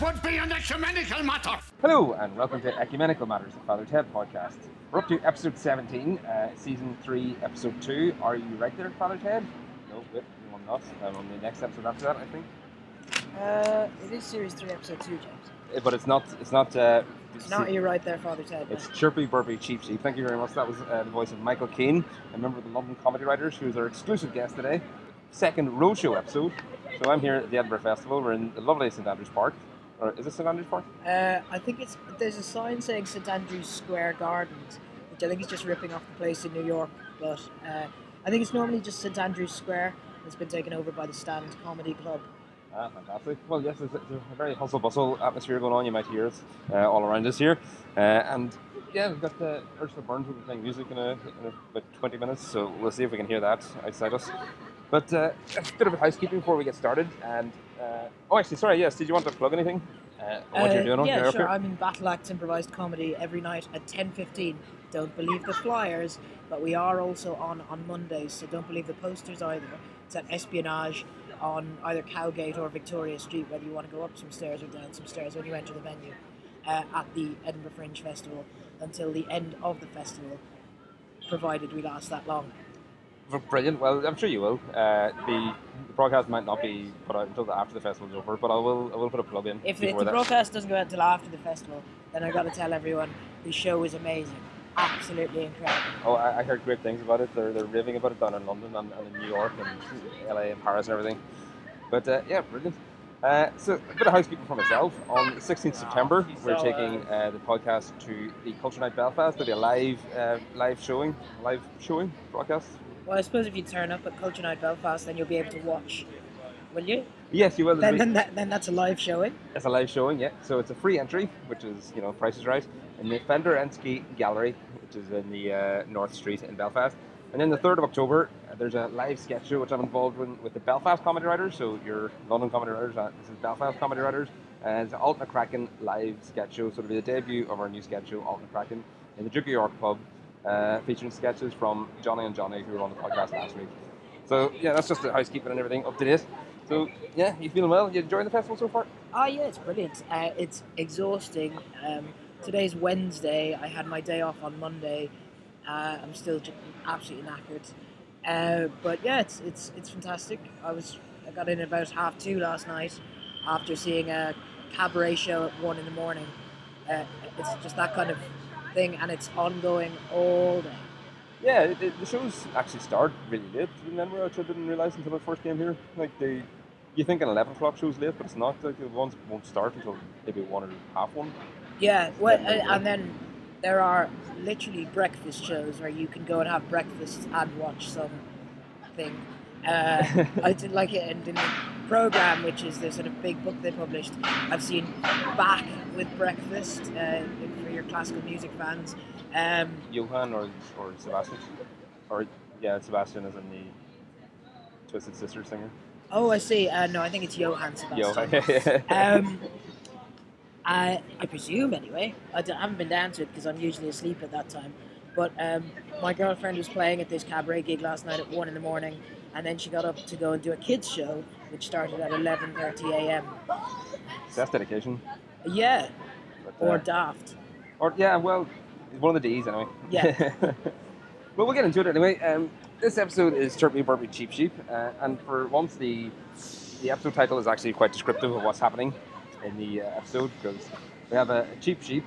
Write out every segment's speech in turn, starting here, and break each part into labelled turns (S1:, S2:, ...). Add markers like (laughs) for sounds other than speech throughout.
S1: would be an ecumenical matter.
S2: Hello, and welcome to Ecumenical Matters, the Father Ted podcast. We're up to episode 17, uh, season 3, episode 2. Are you right there, Father Ted? No, wait, no, I'm not. I'm on the next episode after that, I think.
S3: Uh, it is series three, episode two, James.
S2: Uh, But it's not, it's not, uh,
S3: It's not you right there, Father Ted.
S2: it's Chirpy Burpy Cheap Sheep. Thank you very much. That was uh, the voice of Michael Caine, a member of the London Comedy Writers, who is our exclusive guest today. Second roadshow episode. So I'm here at the Edinburgh Festival. We're in the lovely St Andrews Park. Or is it St Andrews Park?
S3: Uh, I think it's there's a sign saying St Andrew's Square Gardens, which I think is just ripping off the place in New York. But uh, I think it's normally just St Andrew's Square. It's been taken over by the Stand Comedy Club.
S2: Ah, fantastic. Well, yes, there's a, there's a very hustle bustle atmosphere going on. You might hear it uh, all around us here. Uh, and yeah, we've got uh, Ursula Burns will be playing music in, a, in a, about 20 minutes, so we'll see if we can hear that outside us. But uh, a bit of housekeeping before we get started. And uh, oh, actually, sorry, yes, did you want to plug anything? Uh, on what you're
S3: Uh,
S2: doing on
S3: yeah,
S2: your
S3: sure.
S2: airport?
S3: I'm in Battle Axe Improvised Comedy every night at 10.15. Don't believe the flyers, but we are also on on Mondays, so don't believe the posters either. It's at Espionage on either Cowgate or Victoria Street, whether you want to go up some stairs or down some stairs when you enter the venue, uh, at the Edinburgh Fringe Festival until the end of the festival, provided we last that long.
S2: V- Brilliant. Well, I'm sure you will. Uh, the, the broadcast might not be put out until after the festival's over, but I will. I will put a plug in
S3: If the, if
S2: before
S3: the
S2: that.
S3: broadcast doesn't go out till after the festival, then i got to tell everyone the show is amazing. Absolutely incredible.
S2: Oh, I, I heard great things about it. They're, they're raving about it down in London and, and in New York and LA and Paris and everything. But uh, yeah, brilliant. Uh, so a bit of housekeeping for myself. On the 16th September, we're taking uh, the podcast to the Culture Night Belfast. There'll be a live, uh, live showing, live showing broadcast.
S3: Well, I suppose if you turn up at Culture Night Belfast, then you'll be able to watch, will you?
S2: Yes, you will.
S3: Then,
S2: There'll be-
S3: then, that, then that's a live showing.
S2: It's a live showing, yeah. So it's a free entry, which is, you know, price is right, in the Fender and Ski Gallery, which is in the uh, North Street in Belfast. And then the 3rd of October, uh, there's a live sketch show, which I'm involved in with the Belfast Comedy Writers. So your London Comedy Writers, uh, this is Belfast Comedy Writers. And it's an Alt Kraken live sketch show. So it'll be the debut of our new sketch show, Alt Kraken, in the Duke of York pub, uh, featuring sketches from Johnny and Johnny, who were on the podcast last week. So yeah, that's just the housekeeping and everything up to date. So yeah, you feeling well? You enjoying the festival so far?
S3: Oh, yeah, it's brilliant. Uh, it's exhausting. Um, today's Wednesday. I had my day off on Monday. Uh, I'm still j- absolutely knackered. Uh, but yeah, it's, it's, it's fantastic. I was I got in about half two last night after seeing a cabaret show at one in the morning. Uh, it's just that kind of thing, and it's ongoing all day.
S2: Yeah, it, it- the shows actually start really late. Remember, I actually didn't realize until I first came here. Like they, you think an eleven o'clock show's late, but it's not. Like the ones won't start until maybe one or half one.
S3: Yeah, well,
S2: Definitely.
S3: and, and then there are literally breakfast shows where you can go and have breakfast and watch something. Uh, I did like it, and in the program, which is the sort of big book they published, I've seen Bach with breakfast uh, for your classical music fans. Um,
S2: Johan or or Sebastian, or yeah, Sebastian is in the Twisted Sister singer.
S3: oh, I see. Uh, no, I think it's Johann Sebastian.
S2: Johan. (laughs) yeah,
S3: um, I, I presume anyway. I, d- I haven't been down to it because I'm usually asleep at that time. But um, my girlfriend was playing at this cabaret gig last night at one in the morning, and then she got up to go and do a kids show, which started at 11:30 a.m.
S2: that's dedication.
S3: Yeah,
S2: But, uh,
S3: or daft.
S2: Or yeah, well, it's one of the D's anyway.
S3: Yeah.
S2: (laughs) well, we'll get into it anyway. Um, this episode is Turkey Burpee Cheap Sheep, uh, and for once, the the episode title is actually quite descriptive of what's happening in the uh, episode because we have a, a cheap sheep.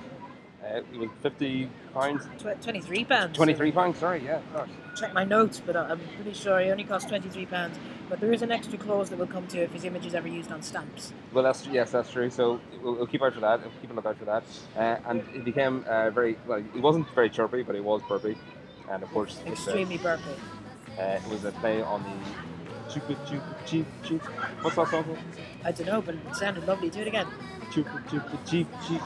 S2: Uh, it was fifty pounds,
S3: Tw- 23 pounds.
S2: twenty-three pounds. Sorry, yeah. gosh.
S3: Check my notes, but I- I'm pretty sure it only cost 23 pounds. But there is an extra clause that will come to if his image is ever used on stamps.
S2: Well, that's yes, that's true. So we'll, we'll keep out for that. We'll keep a lookout for that. Uh, and it became uh, very well. It wasn't very chirpy, but it was burpy, and of course, it's, uh,
S3: Extremely burpy.
S2: Uh, it was a play on the Chupa Chupa Cheep Cheep. What's that song called?
S3: I don't know, but it sounded lovely. Do it again.
S2: Chupa Chupa Cheep Cheep.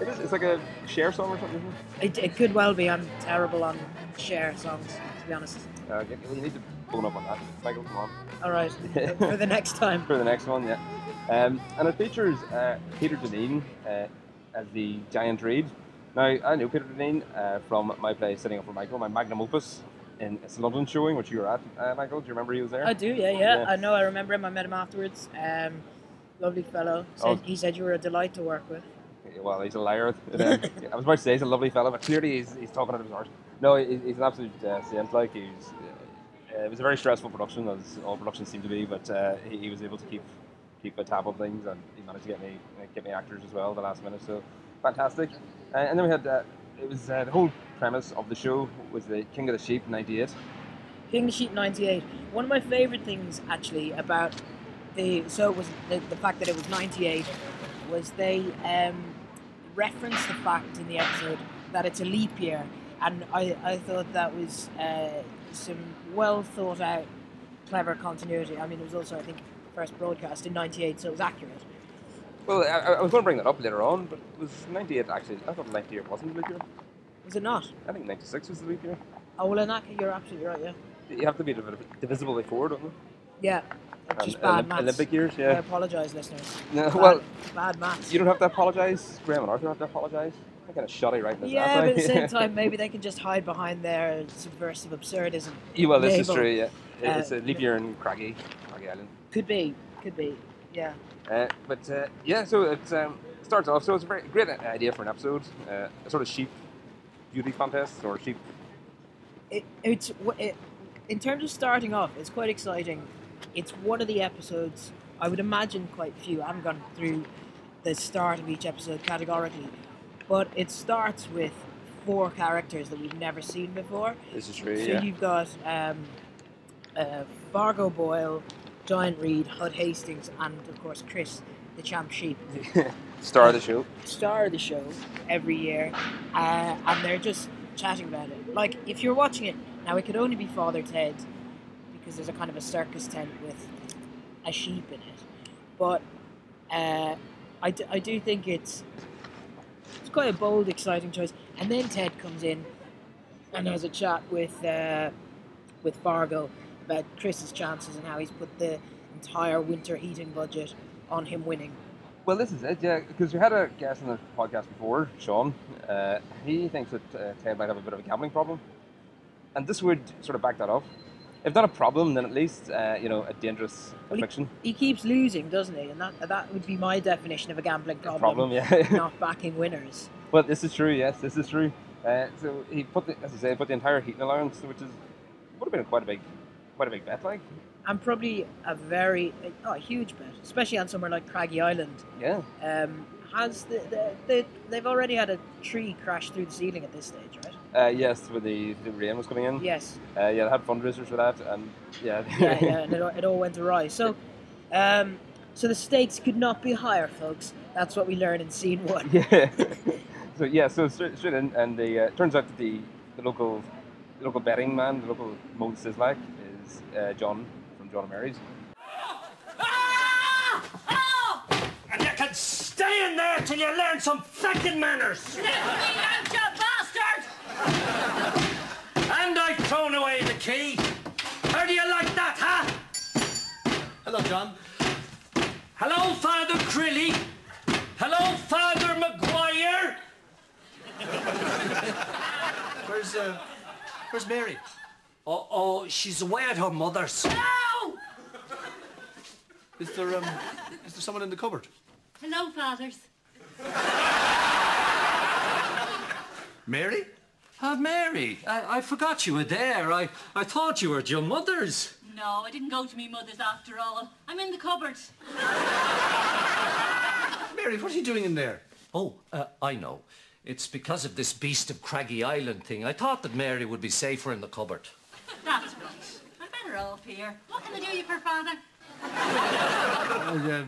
S2: It is, it's like a share song or something, isn't it?
S3: It, it could well be. I'm terrible on share songs, to be honest.
S2: Uh, yeah, well, you need to bone up on that. Michael, come on.
S3: All right, (laughs) for the next time.
S2: For the next one, yeah. Um, and it features uh, Peter Dineen uh, as the giant reed. Now, I knew Peter Dineen uh, from my play Sitting Up for Michael, my magnum opus in it's a London showing, which you were at, uh, Michael. Do you remember he was there?
S3: I do, yeah, yeah,
S2: Yeah.
S3: I know. I remember him. I met him afterwards. Um, Lovely fellow. Said,
S2: Oh.
S3: He said you were a delight to work with.
S2: Well, he's a liar. Um, I was about to say he's a lovely fellow, but clearly he's, he's talking out of his heart. No, he- he's an absolute uh, saint. Like he's, uh, it was a very stressful production, as all productions seem to be. But uh, he, he was able to keep keep a tab on things, and he managed to get me uh, get me actors as well at the last minute. So fantastic. Uh, and then we had uh, it was uh, the whole premise of the show was the King of the Sheep '98.
S3: King Sheet 98. One of my favorite things actually about the so it was the, the fact that it was 98 was they um, referenced the fact in the episode that it's a leap year, and I, I thought that was uh, some well thought out, clever continuity. I mean, it was also I think the first broadcast in 98, so it was accurate.
S2: Well, I, I was going to bring that up later on, but it was '98 actually. I thought '98 wasn't the leap year.
S3: Was it not?
S2: I think '96 was the leap year.
S3: Oh well, in that case, you're absolutely right. Yeah.
S2: You have to be div- divisible by four, don't you?
S3: Yeah. Just
S2: Um,
S3: bad
S2: Olymp-
S3: maths.
S2: Olympic years,
S3: I
S2: yeah.
S3: apologise, listeners.
S2: No, (laughs)
S3: Bad,
S2: well,
S3: bad maths.
S2: you don't have to apologise. Graham and Arthur have to apologise. I kind of shot it right in his ass,
S3: Yeah, but at the
S2: (laughs) eh?
S3: same time, maybe they can just hide behind their subversive absurdism.
S2: Yeah, well, this is
S3: label.
S2: true, yeah. It's
S3: Uh,
S2: a leap year in Craggy, Craggy Island.
S3: Could be, could be. Yeah,
S2: Uh, but uh, yeah, so it um, starts off. So it's a very great idea for an episode, uh, a sort of sheep beauty contest or sheep.
S3: it, it's wh- it, in terms of starting off, it's quite exciting. It's one of the episodes I would imagine quite few. I haven't gone through the start of each episode categorically, but it starts with four characters that we've never seen before.
S2: This is true,
S3: So you've got um, uh, Fargo Boyle, Giant Reed, Hud Hastings, and of course Chris, the champ sheep.
S2: Star of the show.
S3: star of the show every year, uh, and they're just chatting about it. Like if you're watching it now, it could only be Father Ted because there's a kind of a circus tent with a sheep in it. But uh, I, d- I do think it's it's quite a bold, exciting choice. And then Ted comes in and has a chat with uh, with Fargo about Chris's chances and how he's put the entire winter heating budget on him winning.
S2: Well, this is it, yeah, because we had a guest on the podcast before, Sean. Uh, he thinks that uh, Ted might have a bit of a gambling problem, and this would sort of back that up. If not a problem, then at least uh, you know a dangerous
S3: Well, he-
S2: addiction
S3: he keeps losing, doesn't he? And that that would be my definition of a gambling problem.
S2: problem. Yeah, (laughs)
S3: Not backing winners.
S2: but this is true. Yes, this is true. Uh, so he put, the, as you say, put the entire heating allowance, which is would have been quite a big, quite a big bet, like
S3: And probably a very oh, a huge bet, especially on somewhere like Craggy Island.
S2: yeah.
S3: Um, has the, the, the they've already had a tree crash through the ceiling at this stage, right?
S2: Uh, yes, with the, the rain was coming in. (laughs)
S3: Yes.
S2: Uh, yeah, they had fundraisers for that, and yeah,
S3: Yeah,
S2: (laughs)
S3: yeah and it, all- it all went awry. So, um, so the stakes could not be higher, folks. That's what we learn in scene one.
S2: (laughs) yeah. so yeah, so straight, straight in, and the uh, turns out that the, the local the local betting man, the local Mo Sislak, is uh, John from John and Mary's.
S4: Ah! And you can stay in there till you learn some fucking manners. And I've thrown away the key. How do you like that, huh? Hello, John. Hello, Father Crilly. Hello, Father McGuire.
S5: Where's uh, where's Mary?
S4: Oh, oh, she's away at her mother's.
S5: Is there um, is there someone in the cupboard?
S6: Hello, fathers.
S5: Mary?
S4: Ah, Mary, I, I forgot you were there. I, I thought you were at your mother's.
S6: No, I didn't go to me mother's after all. I'm in the cupboard.
S5: Mary, what are you doing in there?
S4: Oh, uh, I know. It's because of this beast of Craggy Island thing. I thought that Mary would be safer in the cupboard.
S6: That's right. I'm better off here. What can I do you for, father?
S5: Oh, yeah,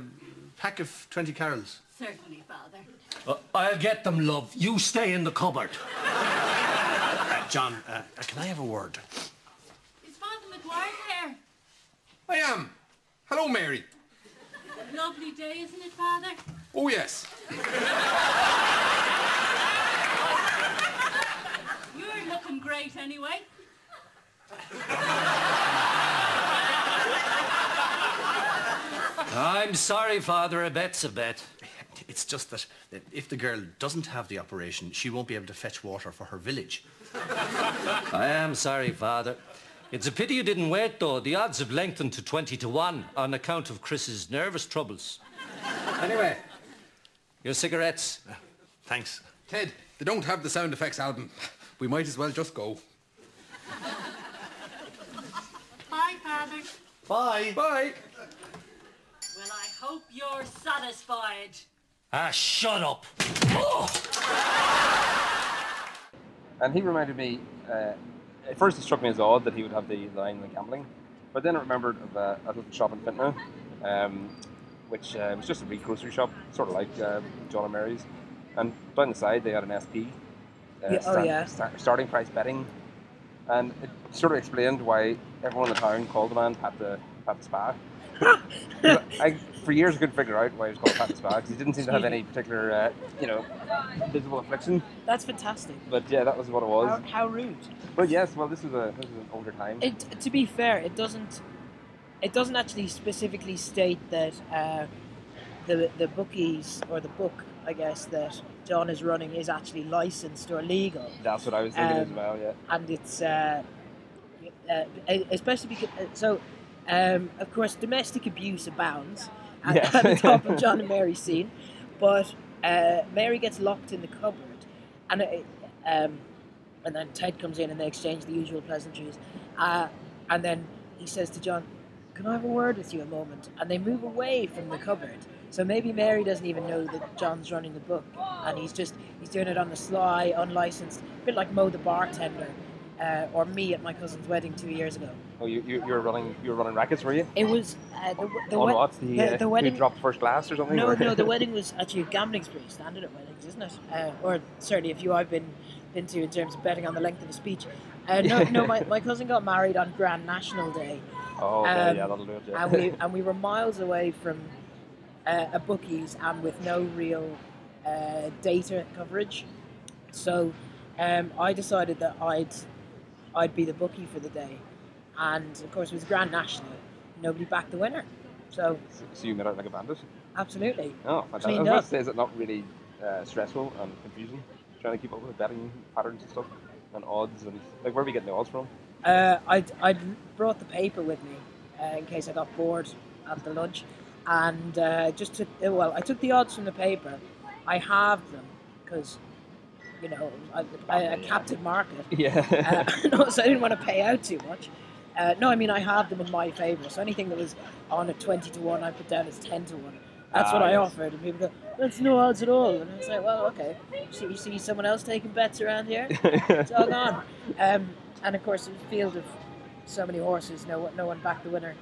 S5: pack of twenty carols.
S6: Certainly, father.
S4: Uh, I'll get them, love. You stay in the cupboard.
S5: Uh, John, uh, uh, can I have a word?
S6: Is Father McGuire there?
S7: I am. Hello, Mary.
S6: Lovely day, isn't it, father?
S7: Oh, yes.
S6: You're looking great anyway.
S4: I'm sorry, Father. A bet's a bet.
S5: It's just that that if the girl doesn't have the operation, she won't be able to fetch water for her village.
S4: I am sorry, Father. It's a pity you didn't wait, though. The odds have lengthened to 20 to 1 on account of Chris's nervous troubles.
S7: Anyway,
S5: Your cigarettes? Thanks.
S7: Ted, they don't have the sound effects album. We might as well just go.
S6: Bye, Father.
S5: Bye.
S7: Bye.
S6: Well, I hope you're satisfied.
S4: Ah, shut up.
S2: And he reminded me, uh, at first it struck me as odd that he would have the line like gambling, but then I remembered of uh, a little shop in Fintna, um, which uh, was just a wee grocery shop, sort of like uh, John and Mary's. And down the side they had an SP, uh,
S3: Yeah, oh yeah.
S2: sta- starting price betting. And it sort of explained why everyone in the town called the man Pat the, Pat the
S3: (laughs)
S2: Spa. 'Cause I, for years I couldn't figure out why he was called Pat the Spa, because he didn't seem to have any particular, uh, you know, visible affliction.
S3: That's fantastic.
S2: But yeah, that was what it was.
S3: How, how rude.
S2: But yes, well, this is a this is an older time.
S3: It, to be fair, it doesn't. It doesn't actually specifically state that uh, the the bookies or the book, I guess, that John is running is actually licensed or legal,
S2: That's what I was thinking as
S3: Um,
S2: well. Yeah,
S3: and it's uh, uh, especially because so. Um, of course, domestic abuse abounds at,
S2: Yes.
S3: at the top of John and Mary's scene, but uh, Mary gets locked in the cupboard, and it, um, and then Ted comes in and they exchange the usual pleasantries. Uh, and then he says to John, Can I have a word with you a moment? And they move away from the cupboard. So maybe Mary doesn't even know that John's running the book and he's just he's doing it on the sly, unlicensed, a bit like Mo the bartender uh, or me at my cousin's wedding two years ago.
S2: oh, you, you you were running you were running rackets, were you?
S3: It was uh, the, the,
S2: On
S3: wed-
S2: what the,
S3: the-
S2: uh,
S3: the wedding
S2: who dropped first glass or something?
S3: no,
S2: or-
S3: no,
S2: (laughs)
S3: the wedding was actually a gambling spree, standard at weddings, isn't it? Uh, or certainly a few I've been been to in terms of betting on the length of a speech. Uh, no, no, my, my cousin got married on Grand National Day,
S2: oh okay,
S3: um,
S2: yeah, that'll do it. Yeah.
S3: and we and we were miles away from uh, a bookies and with no real uh, data coverage. So um, I decided that I'd I'd be the bookie for the day, and of course it was Grand National. Nobody backed the winner, so
S2: (laughs) so, so you made out like a bandit.
S3: absolutely.
S2: Oh, fantastic! I
S3: Cleaned
S2: was about
S3: up.
S2: to say, is it not really uh, stressful and confusing trying to keep up with the betting patterns and stuff and odds and like where are we getting the odds
S3: (laughs)
S2: from?
S3: Uh, I'd, I'd brought the paper with me uh, in case I got bored at the lunch, and uh, just took uh, well, I took the odds from the paper. I halved them because, you know, I, I, a captive market,
S2: Yeah. (laughs)
S3: uh, (laughs) and also I didn't want to pay out too much. Uh, no, I mean I halved them in my favour. So anything that was on at twenty to one, I put down as ten to one. That's
S2: Ah,
S3: what I
S2: yes.
S3: offered, and people go, "That's no odds at all." And I was like, "Well, okay. So you see someone else taking bets
S2: (laughs)
S3: around here?" Dog on. Um, and of course, it was a field of so many horses, no, one- no one backed the winner.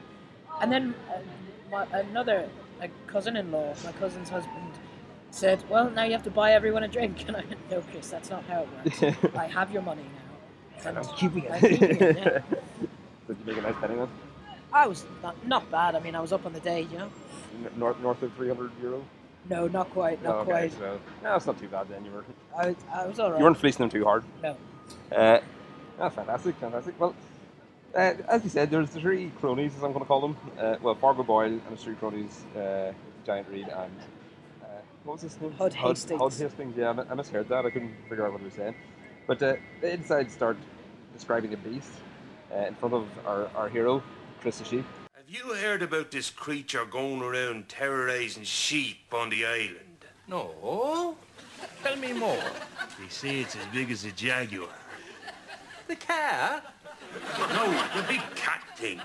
S3: And then uh, my, another a cousin-in-law, my cousin's husband, said, "Well, now you have to buy everyone a drink." (laughs) And I went, "No, Chris, that's not how it works. I have your money now." And
S2: I'm keeping it.
S3: I'm keeping it,
S2: (laughs)
S3: yeah.
S2: Did you make a nice betting on
S3: I was not, not bad. I mean, I was up on the day, you know.
S2: N- north north of three hundred euro?
S3: No, not quite, not
S2: okay,
S3: quite.
S2: so no, it's not too bad then. You were
S3: I, was- I was all right.
S2: you weren't fleecing them too hard.
S3: No.
S2: Uh, oh, fantastic, fantastic. Well, uh, as you said, there's the three cronies, as I'm going to call them. Uh, well, Fargo Boyle and his three cronies, uh, Giant Reed and uh, what was his name?
S3: Hud Hastings.
S2: Hud Hastings. Yeah, I mi- I misheard that. I couldn't figure out what he was saying. But uh, they decided to start describing the beast uh, in front of our, our hero, Chris the Sheep.
S8: Have you heard about this creature going around terrorizing sheep on the island?
S5: No. Tell me more.
S8: They say it's as big as a jaguar.
S5: The car?
S8: No, the big cat thing.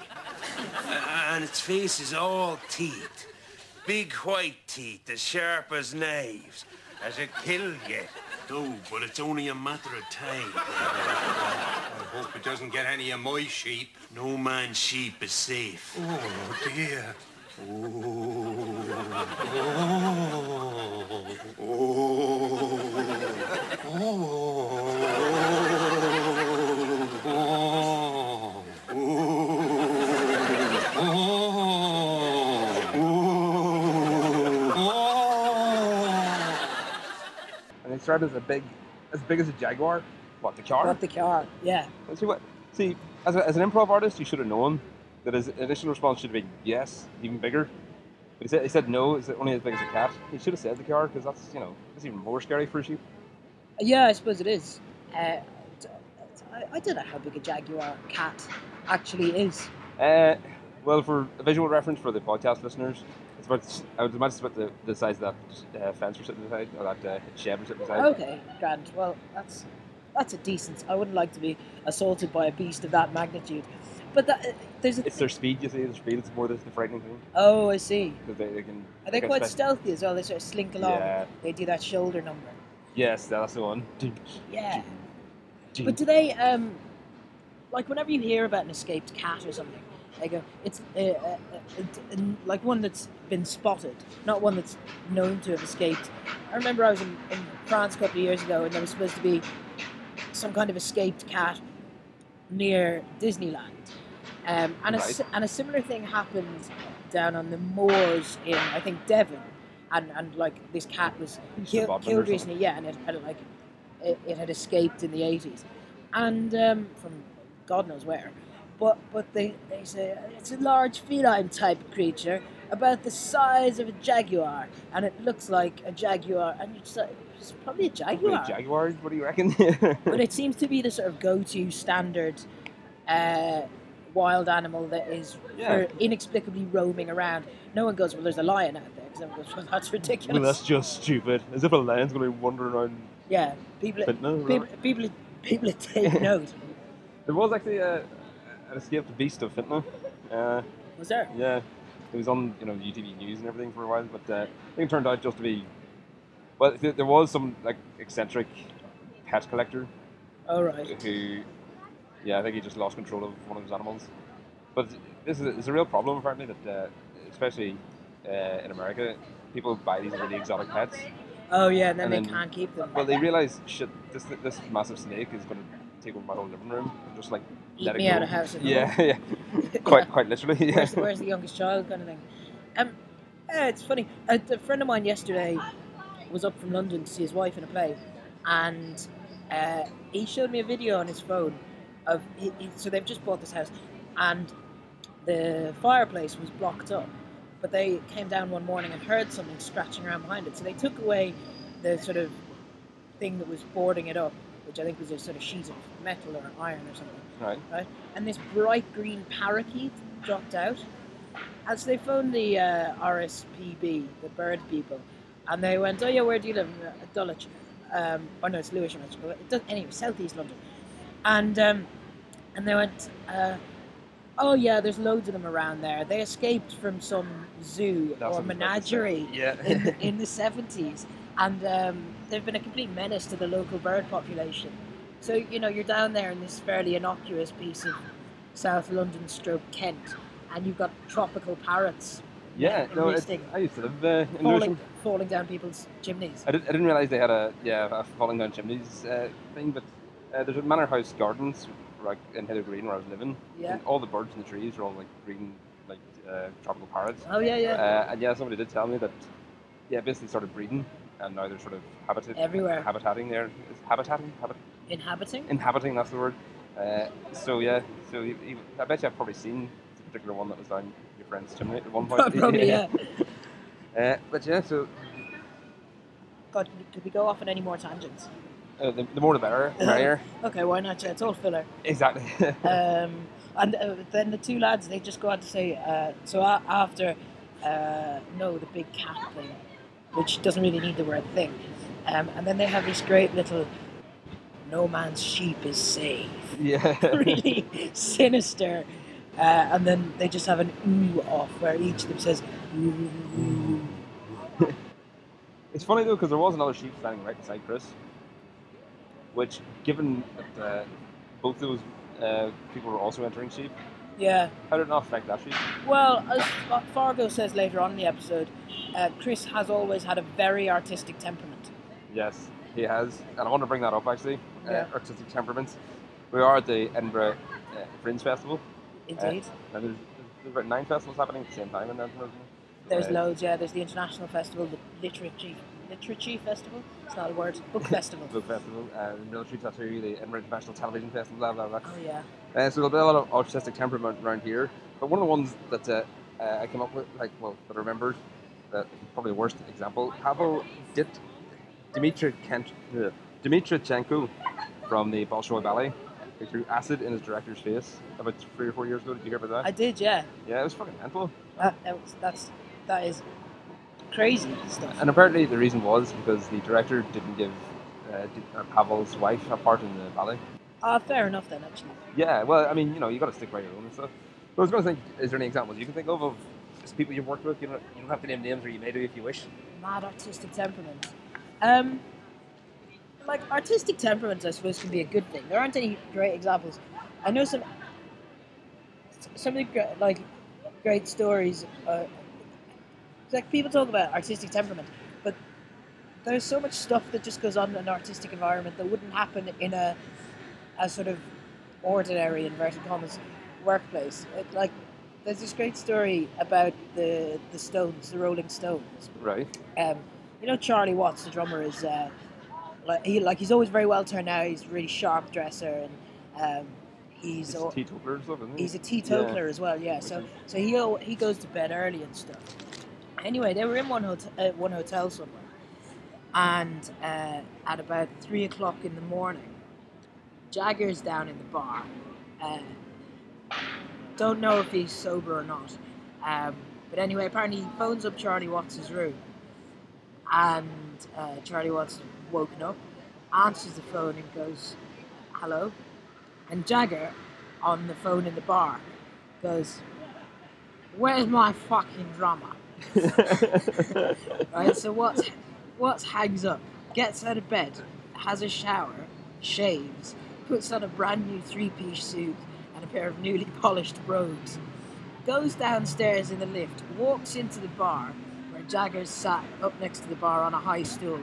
S8: Uh, and its face is all teeth. Big white teeth, as sharp as knives. Has it killed yet? No, but it's only a matter of time.
S7: I hope it doesn't get any of my sheep.
S8: No man's sheep is safe.
S7: Oh dear.
S2: And they started as a big, as big as a jaguar. What, the car?
S3: Not the car. Yeah.
S2: And see what? See, as, a, as an improv artist, you should have known that his initial response should have been yes, even bigger. But he said, he said no. It's only as big as a cat. He should have said the car because that's you know that's even more scary for a sheep.
S3: Yeah, I suppose it is. Uh, d- I, I don't know how big a jaguar cat actually is.
S2: Uh, well, for a visual reference for the podcast listeners, It's about, I would imagine it's about the, the size of that uh, fence we're sitting beside, or that uh, shed we're sitting beside.
S3: Okay, grand. Well, that's that's a decent. I wouldn't like to be assaulted by a beast of that magnitude, but that, uh, there's a.
S2: It's their speed, you see, their speed. It's more the, the frightening thing.
S3: oh, I see.
S2: Because they, they can.
S3: Are they
S2: can
S3: quite
S2: spe-
S3: stealthy as well? They sort of slink along.
S2: Yeah.
S3: They do that shoulder number.
S2: Yes, that's the one.
S3: Yeah. But do they um, like whenever you hear about an escaped cat or something, they go it's uh, uh, uh, like one that's been spotted, not one that's known to have escaped. I remember I was in, in France a couple of years ago, and there was supposed to be some kind of escaped cat near Disneyland, um, and a
S2: Right.
S3: si- and a similar thing happened down on the moors in I think Devon, and and like this cat was
S2: Sir
S3: kill,
S2: Bodman or
S3: killed
S2: something.
S3: recently, yeah, and it had like it, it had escaped in the eighties, and um, from God knows where. But but they they say it's a large feline type creature, about the size of a jaguar, and it looks like a jaguar, and it's, like, it's probably a
S2: Really,
S3: jaguar,
S2: jaguars? What do you reckon? (laughs)
S3: but it seems to be the sort of go-to standard. Uh, Wild animal that is
S2: Yeah.
S3: for inexplicably roaming around. No one goes, Well, there's a lion out there, because everyone goes, Well, that's ridiculous.
S2: well, that's just stupid. As if a lion's going to be wandering around
S3: Yeah, people,
S2: But no,
S3: people, people,
S2: (laughs)
S3: people take note.
S2: There was actually a, an escaped beast of Fitna. Uh,
S3: Was there?
S2: yeah, it was on you know UTV news and everything for a while, but uh, I think it turned out just to be. Well, th- there was some like eccentric pet collector
S3: Oh right.
S2: who, yeah, I think he just lost control of one of his animals. But this is it's a real problem apparently that uh, especially uh, in America, people buy these really exotic pets.
S3: Oh yeah, and then
S2: And
S3: they
S2: then-
S3: can't keep them.
S2: Well, they realize shit, this this massive snake is going to take over my whole living room and just like
S3: Eat
S2: let it
S3: me
S2: go.
S3: out of house and
S2: Yeah, yeah.
S3: (laughs) Yeah.
S2: quite quite literally. Yeah.
S3: where's,
S2: (laughs)
S3: the, (laughs) where's the youngest child kind of thing? Um, yeah, it's funny. A, a friend of mine yesterday was up from London to see his wife in a play, and uh, he showed me a video on his phone of he, he, so they've just bought this house, and the fireplace was blocked up, but they came down one morning and heard something scratching around behind it, so they took away the sort of thing that was boarding it up, which I think was a sort of sheet of metal or iron or something
S2: Right.
S3: right? And this bright green parakeet dropped out. And so they phoned the uh, RSPB, the bird people, and they went, "Oh yeah, where do you live?" "Uh, Dulwich. Um, oh no, it's Lewisham. actually. It does, anyway, southeast London. And um, and they went, uh, "Oh yeah, there's loads of them around there. They escaped from some zoo
S2: That's what
S3: or
S2: I was about to say.
S3: menagerie
S2: Yeah.
S3: (laughs)
S2: (laughs)
S3: in, in the 70s, and um, they've been a complete menace to the local bird population. So, you know, you're down there in this fairly innocuous piece of South London stroke Kent, and you've got tropical parrots
S2: Yeah,
S3: in
S2: no,
S3: this
S2: it's,
S3: thing.
S2: I used to live uh, in
S3: falling,
S2: Lewisham.
S3: falling down people's chimneys.
S2: I, did, I didn't realise they had a yeah a falling down chimneys uh, thing, but uh, there's a manor house gardens like in Hither Green where I was living.
S3: Yeah.
S2: And all the birds in the trees are all like green, like uh, tropical parrots.
S3: Oh, yeah, yeah.
S2: Uh, and yeah, somebody did tell me that yeah, basically started breeding, and now they're sort of habitat
S3: Everywhere.
S2: habitating there. Is habitating, habit,
S3: Inhabiting?
S2: inhabiting. That's the word. Uh, so yeah, so you, you, I bet you I've probably seen the particular one that was down your friend's chimney at one point.
S3: (laughs) (laughs) Probably, yeah.
S2: (laughs) Uh, but yeah, so
S3: God, could we go off on any more tangents?
S2: Uh, the, the more the better,
S3: Uh-huh.
S2: merrier.
S3: Okay, why not? Yeah, It's all filler.
S2: exactly. (laughs)
S3: um, and uh, then the two lads they just go on to say uh, so a- after uh, no the big cat thing which doesn't really need the word thing um, and then they have this great little no man's sheep is safe (laughs)
S2: yeah. (laughs)
S3: really sinister uh, and then they just have an ooh off where each of them says ooh, ooh, ooh.
S2: it's funny though because there was another sheep standing right beside Chris, which, given that uh, both those uh, people were also entering sheep,
S3: yeah
S2: how did it not affect that sheep?
S3: Well, as Fa- Fargo says later on in the episode, uh, Chris has always had a very artistic temperament.
S2: Yes, he has, and I want to bring that up actually.
S3: Yeah.
S2: Uh, artistic temperaments. We are at the Edinburgh uh, Fringe Festival.
S3: Indeed.
S2: Now there's, there's about nine festivals happening at the same time in Edinburgh. isn't there?
S3: There's
S2: Uh,
S3: loads, yeah. There's the International Festival, the Literature Literature Festival. It's not a word. Book Festival.
S2: Book festival, uh, the military tattoo, the Edinburgh International Television Festival, blah blah blah.
S3: Oh yeah.
S2: Uh, so there'll be a lot of autistic temperament around here. But one of the ones that uh, uh, I came up with, like, well, that I remembered, that probably the worst example, Pavel Dit, Dmitri Kent, uh, Dmitrichenko from the Bolshoi Ballet, who threw acid in his director's face about three or four years ago. Did you hear about that?
S3: I did, yeah.
S2: yeah, it was fucking mental.
S3: That, that was, that's that is crazy stuff.
S2: And apparently the reason was because the director didn't give uh, did- uh, Pavel's wife a part in the ballet.
S3: Ah, fair enough then, actually.
S2: Yeah, well, I mean, you know, you got to stick by your own and stuff. But I was going to think, is there any examples you can think of of just people you've worked with? You don't, you don't have to name names, or you may do if you wish.
S3: Mad artistic temperament. Um, like artistic temperament, I suppose, can be a good thing. There aren't any great examples. I know some some of the gre- like great stories. Uh, it's like people talk about artistic temperament, but there's so much stuff that just goes on in an artistic environment that wouldn't happen in a a sort of ordinary inverted commas workplace. It, like there's this great story about the the Stones, the Rolling Stones,
S2: Right.
S3: um, you know Charlie Watts, the drummer, is uh, like he like he's always very well turned out. He's a really sharp dresser, and um, he's
S2: He's
S3: al-
S2: a teetotaler and stuff, isn't he?
S3: he's a teetotaler as well. Yeah,
S2: Which
S3: so
S2: is-
S3: so he al- he goes to bed early and stuff. Anyway, they were in one hotel uh, one hotel somewhere, and uh, at about three o'clock in the morning, Jagger's down in the bar. Uh, don't know if he's sober or not, um, but anyway, apparently he phones up Charlie Watts' room, and uh, Charlie Watts woken up, answers the phone, and goes, "Hello," and Jagger on the phone in the bar goes, "Where's my fucking drama?" right. So what? What hangs up? Gets out of bed, has a shower, shaves, puts on a brand new three-piece suit and a pair of newly polished brogues, goes downstairs in the lift, walks into the bar where Jagger's sat up next to the bar on a high stool,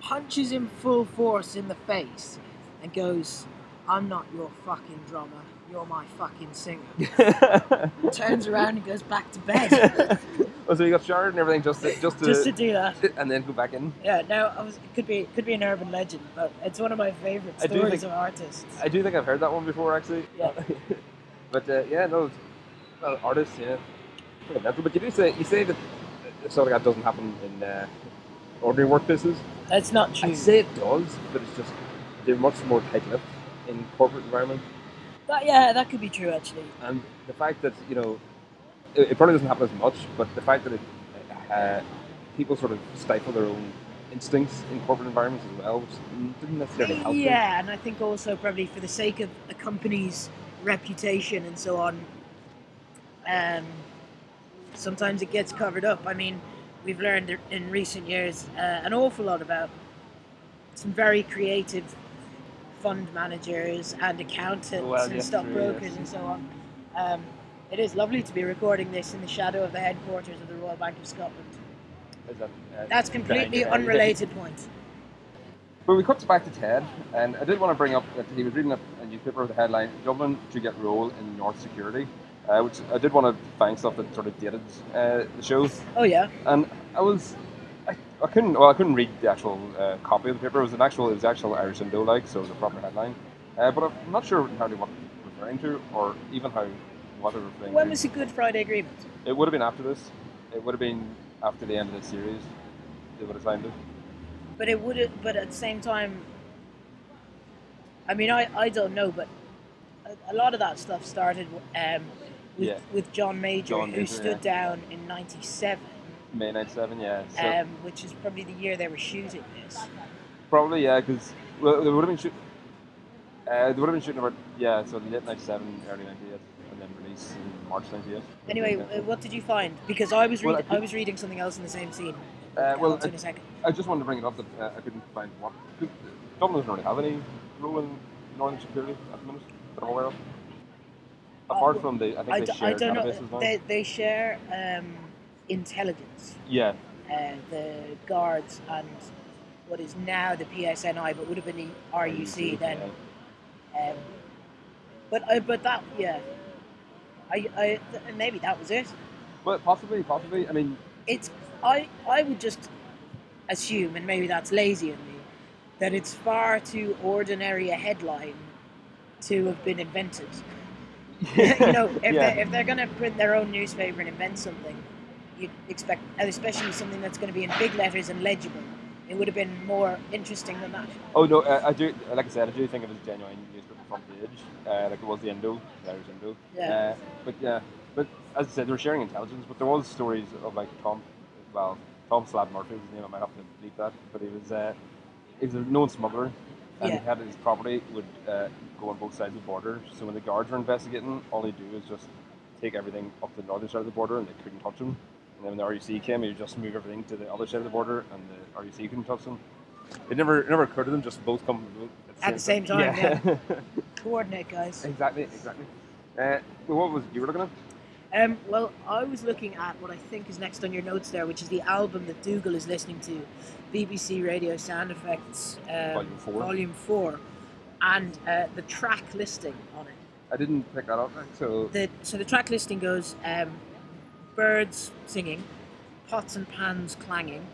S3: punches him full force in the face, and goes, "I'm not your fucking drummer. You're my
S2: (laughs)
S3: fucking singer." Turns around and goes back to bed.
S2: oh, so you got showered and everything just to, (laughs) just to,
S3: Just to do that.
S2: and then go back in.
S3: Yeah, no, I was, it could be it could be an urban legend, but it's one of my favorite
S2: I do
S3: stories
S2: think-
S3: of artists.
S2: I do think I've heard that one before, actually.
S3: Yeah.
S2: but uh, yeah, no, well, artists, yeah. Pretty mental. But you do say you say that uh, something like that doesn't happen in uh, ordinary workplaces.
S3: That's not true.
S2: I say it does, but it's just they're much more tight-lipped in corporate environments.
S3: That, yeah, that could be true actually.
S2: And the fact that you know, it, it probably doesn't happen as much, but the fact that it, uh, people sort of stifle their own instincts in corporate environments as well, which didn't necessarily help. them.
S3: Yeah, and I think also probably for the sake of a company's reputation and so on, um, sometimes it gets covered up. I mean, we've learned in recent years uh, an awful lot about some very creative fund managers and accountants
S2: Well,
S3: and
S2: yes,
S3: stockbrokers
S2: yes.
S3: and so on. Um, it is lovely to be recording this in the shadow of the headquarters of the Royal Bank of Scotland.
S2: Is that, uh,
S3: That's completely
S2: behind you there?
S3: unrelated point.
S2: But we cut back to Ted, and I did want to bring up that he was reading a, a newspaper with the headline Dublin to get role in North Security, uh, which I did want to find stuff that sort of dated uh, the shows.
S3: Oh yeah,
S2: And Um, I was, I, I couldn't, well, I couldn't read the actual uh, copy of the paper. It was an actual, it was actual Irish Indo like, so it was a proper headline. Uh, but I'm not sure entirely what it was referring to, or even how what it was referring
S3: when
S2: to.
S3: was the Good Friday Agreement?
S2: It would have been after this. It would have been after the end of the series. They would have signed it.
S3: But it would, but at the same time, I mean, I, I don't know, but a, a lot of that stuff started um, with,
S2: Yeah.
S3: with John Major,
S2: John
S3: who
S2: Major,
S3: stood down in '97,
S2: May 97, yeah. So
S3: um, which is probably the year they were shooting this.
S2: probably, yeah, because well, they would have been shooting. Uh, they would have been shooting about yeah, so late '97, early '98, and then release in March '98.
S3: Anyway, uh, what did you find? Because I was
S2: Well,
S3: reading,
S2: I
S3: I,
S2: could-
S3: was reading something else in the same scene.
S2: Uh,
S3: I'll
S2: well,
S3: answer in
S2: I-
S3: a second.
S2: I just wanted to bring it up that uh, I couldn't find what. Cause Dublin doesn't really have any role in Northern Security at the minute that I'm aware of. Apart
S3: Uh,
S2: from the, I think
S3: I,
S2: they
S3: d-
S2: share
S3: I don't know.
S2: databases now.
S3: They, they share um, intelligence.
S2: Yeah,
S3: uh, the guards and what is now the PSNI, but would have been E the RUC then. Um, but I, but that, yeah, I, I th- and maybe that was it.
S2: But possibly, possibly. I mean,
S3: It's I, I would just assume, and maybe that's lazy in me, that it's far too ordinary a headline to have been invented. you know, if,
S2: Yeah.
S3: they're, if they're going to print their own newspaper and invent something, you'd expect, and especially something that's going to be in big letters and legible, it would have been more interesting than that.
S2: oh no, uh, I do. Like I said, I do think it was a genuine newspaper from the edge, uh, like it was the Indo, the Irish Indo.
S3: Yeah.
S2: Uh, but yeah, but as I said, they were sharing intelligence. But there was stories of like Tom well, Tom Slab Murphy was his name. I might have to bleep that, but he was uh, he was a known smuggler, and
S3: Yeah.
S2: he had his property would uh, go on both sides of the border. So when the guards were investigating, all they do is just take everything up to the northern side of the border, and they couldn't touch him. And then when the RUC came, he would just move everything to the other side of the border, and the RUC couldn't touch them. It never it never occurred to them just both come
S3: At the same time,
S2: yeah.
S3: Coordinate, guys.
S2: (laughs) exactly, exactly. Uh, well, what was it you were looking at?
S3: Um, well, I was looking at what I think is next on your notes there, which is the album that Dougal is listening to, BBC Radio Sound Effects, um,
S2: Volume four.
S3: Volume Four, and uh, the track listing on it.
S2: I didn't pick that up. So
S3: The, so the track listing goes um, birds singing, pots and pans clanging,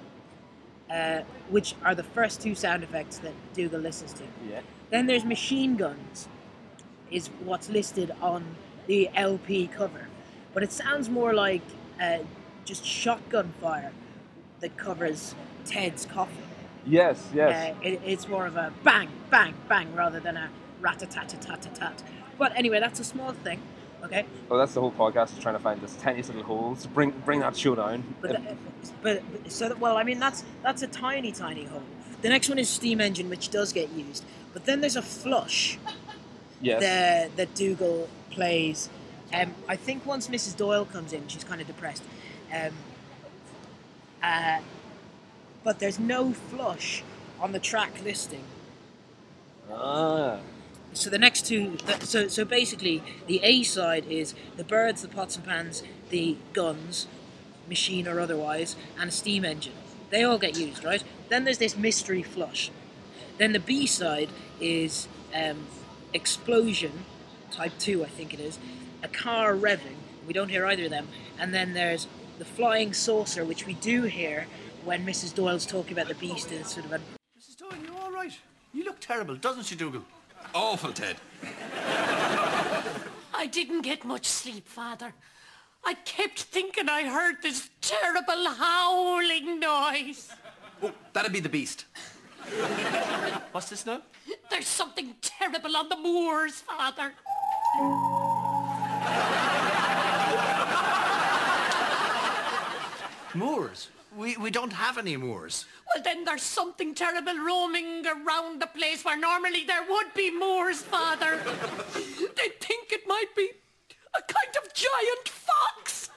S3: uh, which are the first two sound effects that Dougal listens to.
S2: yeah,
S3: Then there's machine guns, is what's listed on the LP cover, but it sounds more like uh, just shotgun fire that covers Ted's coffin.
S2: yes, yes.
S3: Uh, it, it's more of a bang, bang, bang rather than a rat a tat a tat a tat. But anyway, that's a small thing, okay?
S2: well, Oh, that's the whole podcast, trying to find this tiniest little holes. bring bring that show down. Uh,
S3: But, that, but but- so that, well, I mean that's that's a tiny tiny hole. The next one is steam engine, which does get used. But then there's a flush
S2: yes.
S3: that that Dougal plays. Um, I think once Mrs. Doyle comes in, she's kind of depressed. Um, uh, but there's no flush on the track listing.
S2: ah,
S3: So the next two, th- so so basically, the A side is the birds, the pots and pans, the guns, machine or otherwise, and a steam engine. They all get used, right? Then there's this mystery flush. Then the B side is um, explosion, type two, I think it is, a car revving. We don't hear either of them. And then there's the flying saucer, which we do hear when Mrs. Doyle's talking about the beast in sort of a
S5: Mrs. Doyle, you all right? You look terrible, doesn't she, Dougal?
S7: Awful, Ted.
S9: I didn't get much sleep, Father. I kept thinking I heard this terrible howling noise.
S7: Oh, that'd be the beast.
S5: What's this now?
S9: There's something terrible on the moors, Father.
S5: Moors. We, we don't have any moors.
S9: Well, then there's something terrible roaming around the place where normally there would be moors, Father. they think it might be a kind of giant fox.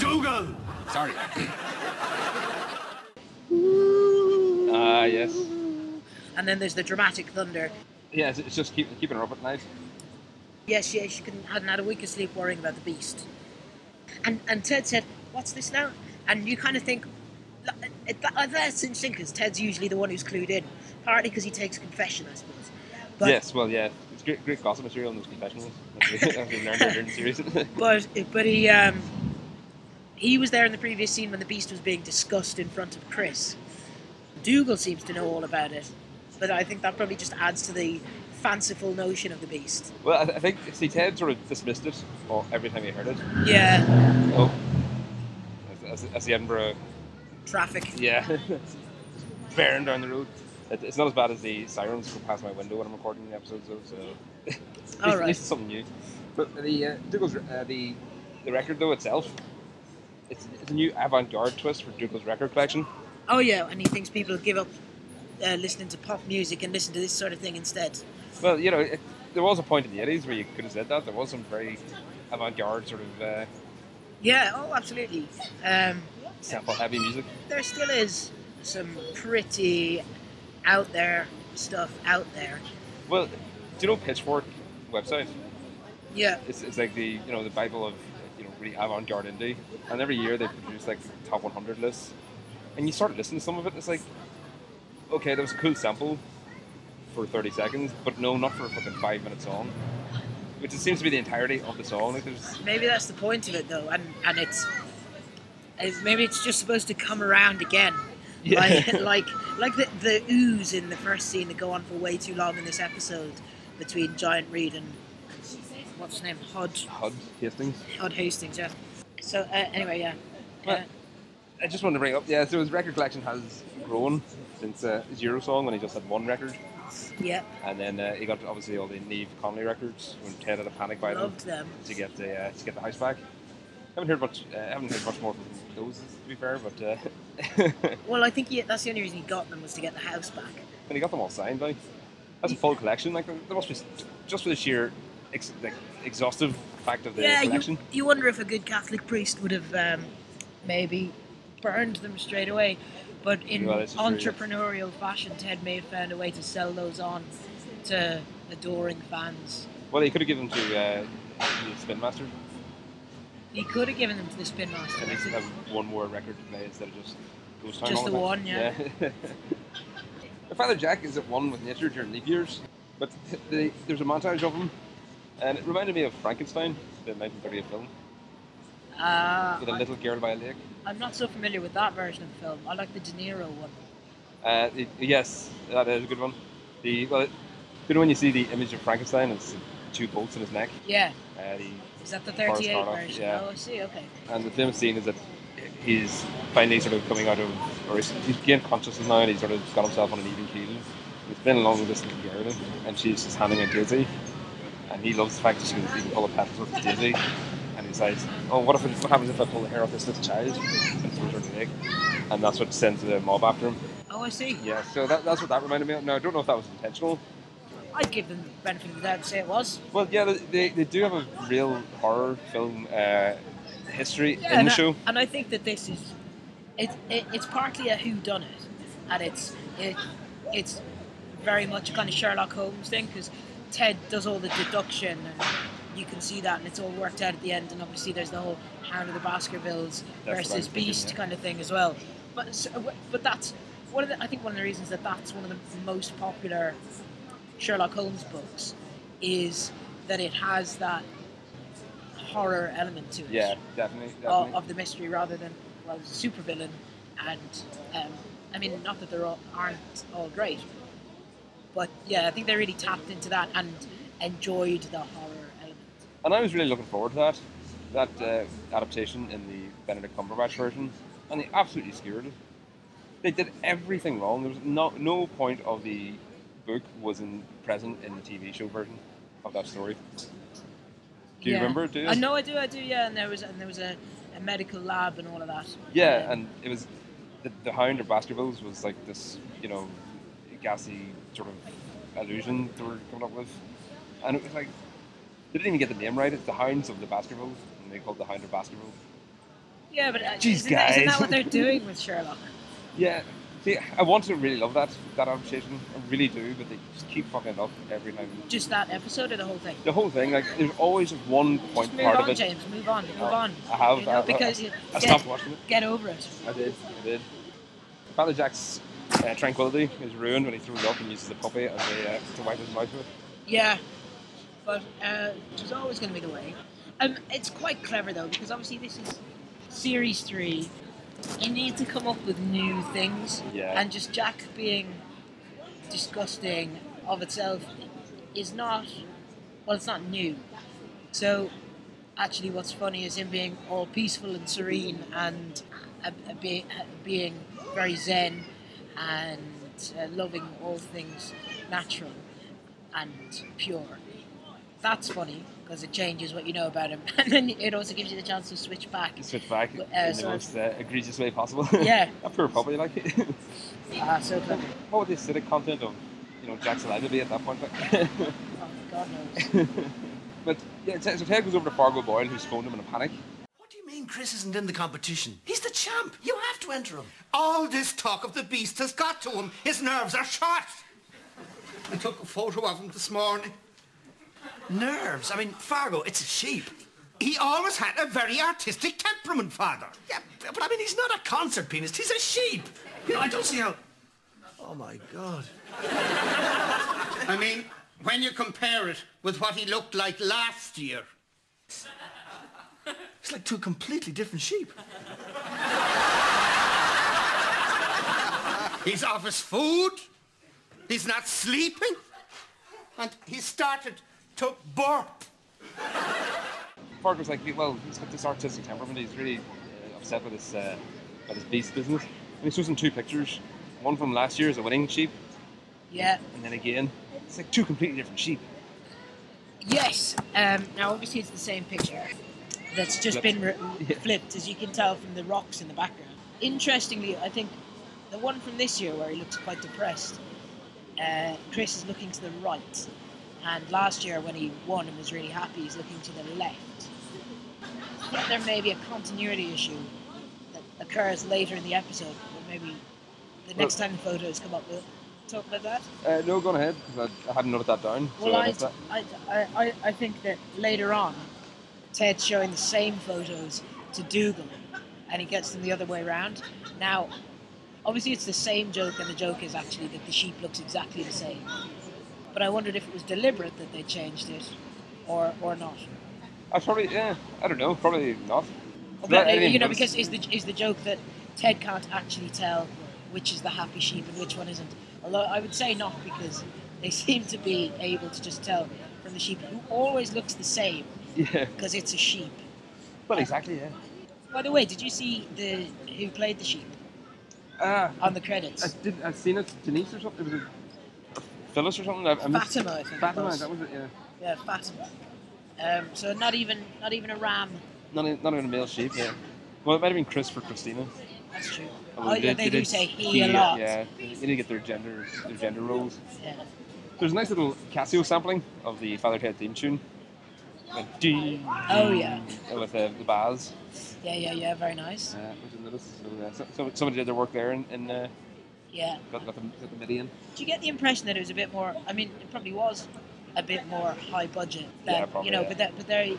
S5: Dougal!
S7: Sorry.
S2: ah, yes,
S3: and then there's the dramatic thunder.
S2: yes. It's just keep, keeping her up at night.
S3: Yes, yes, you couldn't hadn't had a week of sleep worrying about the beast. And and Ted said, "What's this now?" And you kind of think, "Look, it- that- that's interesting because Ted's usually the one who's clued in, partly because he takes confession, I suppose. But,
S2: yes, well, yeah. It's great, great gossip material in those confessionals. (laughs) as we- as we learned earlier in the series. (laughs)
S3: But but he um, he was there in the previous scene when the beast was being discussed in front of Chris. Dougal seems to know all about it, but I think that probably just adds to the fanciful notion of the beast.
S2: well, I, I think see Ted sort of dismissed it well, every time he heard it.
S3: Yeah,
S2: Oh, that's, that's, that's the Edinburgh
S3: traffic.
S2: Yeah. (laughs) Bearing down the road. It- It's not as bad as the sirens go past my window when I'm recording the episodes, though, so. (laughs) At least- At
S3: right.
S2: least it's something new. But the uh, Dougal's, uh, the the record though itself, it's, it's a new avant-garde twist for Dougal's record collection.
S3: Oh yeah, and he thinks people give up uh, listening to pop music and listen to this sort of thing instead.
S2: Well, you know, it, there was a point in the eighties where you could have said that. There was some very avant-garde sort of uh,
S3: Yeah, oh absolutely. Um,
S2: sample-heavy music.
S3: there still is some pretty out there stuff out there.
S2: Well, do you know Pitchfork website?
S3: Yeah,
S2: it's, it's like the you know the bible of you know really avant-garde indie and every year they produce like top 100 lists and you start listening to some of it it's like okay that was a cool sample for 30 seconds but no not for a fucking five minute song which it seems to be the entirety of the song like there's
S3: maybe that's the point of it though, and and it's, it's maybe it's just supposed to come around again.
S2: Yeah.
S3: Like like like the, the ooze in the first scene that go on for way too long in this episode between Giant Reed and what's his name Hodge
S2: HUD Hastings
S3: Odd Hastings, yeah. So uh, anyway, yeah.
S2: Right. I just wanted to bring up yeah so his record collection has grown since uh, Zero Song when he just had one record
S3: Uh, yeah,
S2: and then uh, he got obviously all the Neve Conley records when Ted had a panic by them
S3: loved them.
S2: to get the uh, to get the house back. haven't heard much. Uh, haven't heard much more from those, to be fair. But uh, (laughs)
S3: Well, I think he, that's the only reason he got them was to get the house back.
S2: and he got them all signed. Like that's a full collection. Like there must be just for the sheer ex- like, exhaustive fact of the
S3: yeah,
S2: collection.
S3: you, you wonder if a good Catholic priest would have um, maybe burned them straight away. But in
S2: Well, that's true, yeah.
S3: entrepreneurial fashion, Ted may have found a way to sell those on to adoring fans.
S2: Well, he could have given them to uh, the Spin Master.
S3: He could have given them to the spin master.
S2: At least
S3: that's
S2: have
S3: it.
S2: one more record to play instead of just Ghost Town.
S3: Just
S2: all
S3: the
S2: time.
S3: one, yeah.
S2: (laughs) My Father Jack is at one with nature during leap years, but (laughs) th- the, there's a montage of him, and it reminded me of Frankenstein, the 1938 film,
S3: Uh,
S2: with a little girl by a lake.
S3: I'm not so familiar with that version of the film. I like the De Niro one.
S2: Uh, it- yes, that is a good one. The well, it, you know when you see the image of Frankenstein, it's two bolts in his neck.
S3: Yeah,
S2: Uh, the,
S3: is that the
S2: Forrest
S3: 38
S2: Gump,
S3: version?
S2: yeah.
S3: Oh, I see. Okay.
S2: and the famous scene is that he's finally sort of coming out of, or he's, he's gained consciousness now, and he's sort of got himself on an even keel. He's been along with this little girl, and she's just handing out daisy, and he loves the fact that she can even pull the petals off the daisy. And he says, "Oh, what if it, what happens if I pull the hair off this little child?" And throws her in the lake, and that's what sends the mob after him.
S3: Oh, I see.
S2: Yeah, so that, that's what that reminded me of. Now I don't know if that was intentional.
S3: I'd give them the benefit of the doubt and say it was.
S2: Well, yeah, they, they, they do have a real horror film uh, history
S3: Yeah,
S2: in
S3: and
S2: the show.
S3: I, and I think that this is it, it, it's partly a who done it, and it's it, it's very much a kind of Sherlock Holmes thing because Ted does all the deduction, and you can see that, and it's all worked out at the end. And obviously, there's the whole Hound of the Baskervilles
S2: That's what I was
S3: versus
S2: thinking,
S3: Beast
S2: yeah.
S3: kind of thing as well. But so, but that's one of the, I think one of the reasons that that's one of the most popular Sherlock Holmes books is that it has that horror element to it
S2: Yeah, definitely. definitely.
S3: Oh, of, of the mystery rather than well, it's a supervillain. And um, I mean, not that they all, aren't all great, but yeah, I think they really tapped into that and enjoyed the horror element.
S2: And I was really looking forward to that, that uh, adaptation in the Benedict Cumberbatch version, and they absolutely skewered it. They did everything wrong. There was no no point of the book was in present in the TV show version of that story. Do you
S3: Yeah.
S2: remember? Do you?
S3: I know, I do, I do. Yeah, and there was and there was a, a medical lab and all of that.
S2: Yeah,
S3: Um,
S2: and it was the, the Hound of Baskervilles was like this, you know, gassy sort of illusion they were coming up with, and it was like they didn't even get the name right. It's the Hounds of the Baskervilles, and they called the Hound of Baskervilles.
S3: yeah, but uh,
S2: Jeez,
S3: isn't, that-
S2: guys. (laughs)
S3: isn't that what they're doing with Sherlock?
S2: Yeah, see, I want to really love that that adaptation. I really do, but they just keep fucking it up every time.
S3: Just that episode or the whole thing?
S2: The whole thing, like, there's always one
S3: Just
S2: point
S3: move
S2: part
S3: on,
S2: of it.
S3: James. Move on. Move
S2: Oh,
S3: on.
S2: I have,
S3: You know,
S2: I- I-
S3: because you
S2: I
S3: get,
S2: stopped watching it.
S3: get over it.
S2: I did. I did. Father Jack's uh, tranquility is ruined when he throws up and uses the puppy as a, uh, to wipe his mouth with.
S3: Yeah, but uh, there's always going to be the way. Um, it's quite clever though, because obviously this is series three. You need to come up with new things,
S2: Yeah.
S3: and just Jack being disgusting of itself is not well. It's not new. So actually, what's funny is him being all peaceful and serene, and uh, uh, be, uh, being very zen and uh, loving all things natural and pure. That's funny because it changes what you know about him, (laughs) and then it also gives you the chance to switch back.
S2: He switched back
S3: Uh,
S2: in the
S3: so-
S2: most uh, egregious way possible. (laughs)
S3: Yeah.
S2: that poor puppy, like.
S3: Ah, so clever.
S2: (laughs) what would the acidic content of, you know, Jack's alive to be at that point? (laughs) Like?
S3: Oh, God knows.
S2: but yeah, so so Ted goes over to Fargo Boyle, who's phoned him in a panic.
S5: What do you mean Chris isn't in the competition? He's the champ. You have to enter him. All this talk of the beast has got to him. His nerves are shot.
S7: I took a photo of him this morning.
S5: Nerves? I mean, Fargo, it's a sheep.
S7: He always had a very artistic temperament, Father.
S5: Yeah, but I mean, he's not a concert pianist. He's a sheep. You know, I don't see how... Oh, my God.
S7: I mean, when you compare it with what he looked like last year.
S5: It's like two completely different sheep.
S7: He's off his food. He's not sleeping. And he started to burp.
S2: Fargo's like, well, he's got this artistic temperament. He's really uh, upset with this, uh, with this beast business. And he shows him two pictures. One from last year is a wedding sheep,
S3: Yeah.
S2: and then again, it's like two completely different sheep.
S3: Yes. Um, now, obviously, it's the same picture, that's just
S2: Flipped.
S3: been re- flipped, as you can tell from the rocks in the background. Interestingly, I think the one from this year where he looks quite depressed, uh, Chris is looking to the right, and last year when he won and was really happy, he's looking to the left. But there may be a continuity issue that occurs later in the episode, but maybe the next
S2: Well-
S3: time the photos come up, we'll talk about that.
S2: Uh, no, go on ahead, because I, I hadn't noted that down. So
S3: Well,
S2: I
S3: I,
S2: missed that.
S3: I, I, I think that later on, Ted's showing the same photos to Dougal, and he gets them the other way round. Now, obviously, it's the same joke, and the joke is actually that the sheep looks exactly the same. But I wondered if it was deliberate that they changed it, or or not.
S2: I probably, yeah, I don't know, probably not.
S3: Or
S2: But I
S3: whether-
S2: didn't
S3: you know,
S2: notice.
S3: because is the is the joke that Ted can't actually tell which is the happy sheep and which one isn't. Although I would say not because they (laughs) seem to be able to just tell from the sheep who always looks the same.
S2: (laughs) Yeah,
S3: because it's a sheep.
S2: well, exactly, yeah.
S3: By the way, did you see the who played the sheep
S2: Uh,
S3: on the
S2: I
S3: credits?
S2: didn't, I've seen it, Denise or something, it was a, Phyllis or something. I, I missed-
S3: Fatima, I think it
S2: Fatima,
S3: was.
S2: that was it, yeah.
S3: Yeah, Fatima. Um, so not even not even a ram.
S2: Not, in, not even a male sheep, yeah. Well, it might have been Chris for Christina.
S3: That's true.
S2: I mean,
S3: Oh, yeah, they do
S2: did
S3: say he a
S2: he,
S3: lot.
S2: Yeah, they need to get their gender their gender roles.
S3: Yeah.
S2: There's a nice little Casio sampling of the Father Ted theme tune. Like, ding,
S3: Oh, yeah.
S2: ding, With uh, the bars.
S3: Yeah, yeah, yeah. Very nice.
S2: Uh, which I noticed. So, uh, so, so- somebody did their work there and, and uh,
S3: Yeah.
S2: got, got, the, got the MIDI in.
S3: Do you get the impression that it was a bit more? I mean, it probably was a bit more high budget. Than,
S2: Yeah, probably,
S3: You know,
S2: yeah.
S3: but that, but they,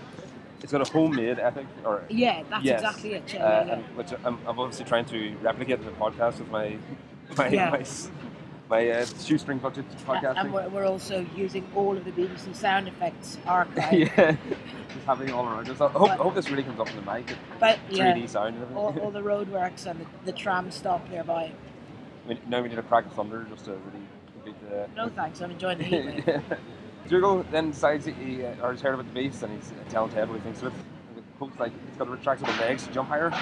S2: It's got a homemade epic. Or,
S3: yeah, that's
S2: Yes.
S3: exactly it. Yeah,
S2: uh,
S3: yeah, yeah.
S2: and which I'm, I'm obviously trying to replicate in the podcast with my (laughs) my
S3: Yeah.
S2: my, s- my uh, shoestring budget podcasting.
S3: and we're, we're also using all of the BBC sound effects
S2: (laughs)
S3: archive.
S2: yeah, just having it all around us. I hope, I hope this really comes up in the mic. It's
S3: But yeah,
S2: 3D sound and everything. (laughs)
S3: all, all the roadworks and the, the tram stop nearby.
S2: We, now we need a crack of thunder just to really beat the.
S3: No thanks, I'm enjoying
S2: (laughs)
S3: the heat. (laughs) wave.
S2: yeah. Dougal then decides he, he uh, or he's heard about the beast and he's uh, telling Ted what he thinks of it. And he hopes like it's got retractable legs to jump higher.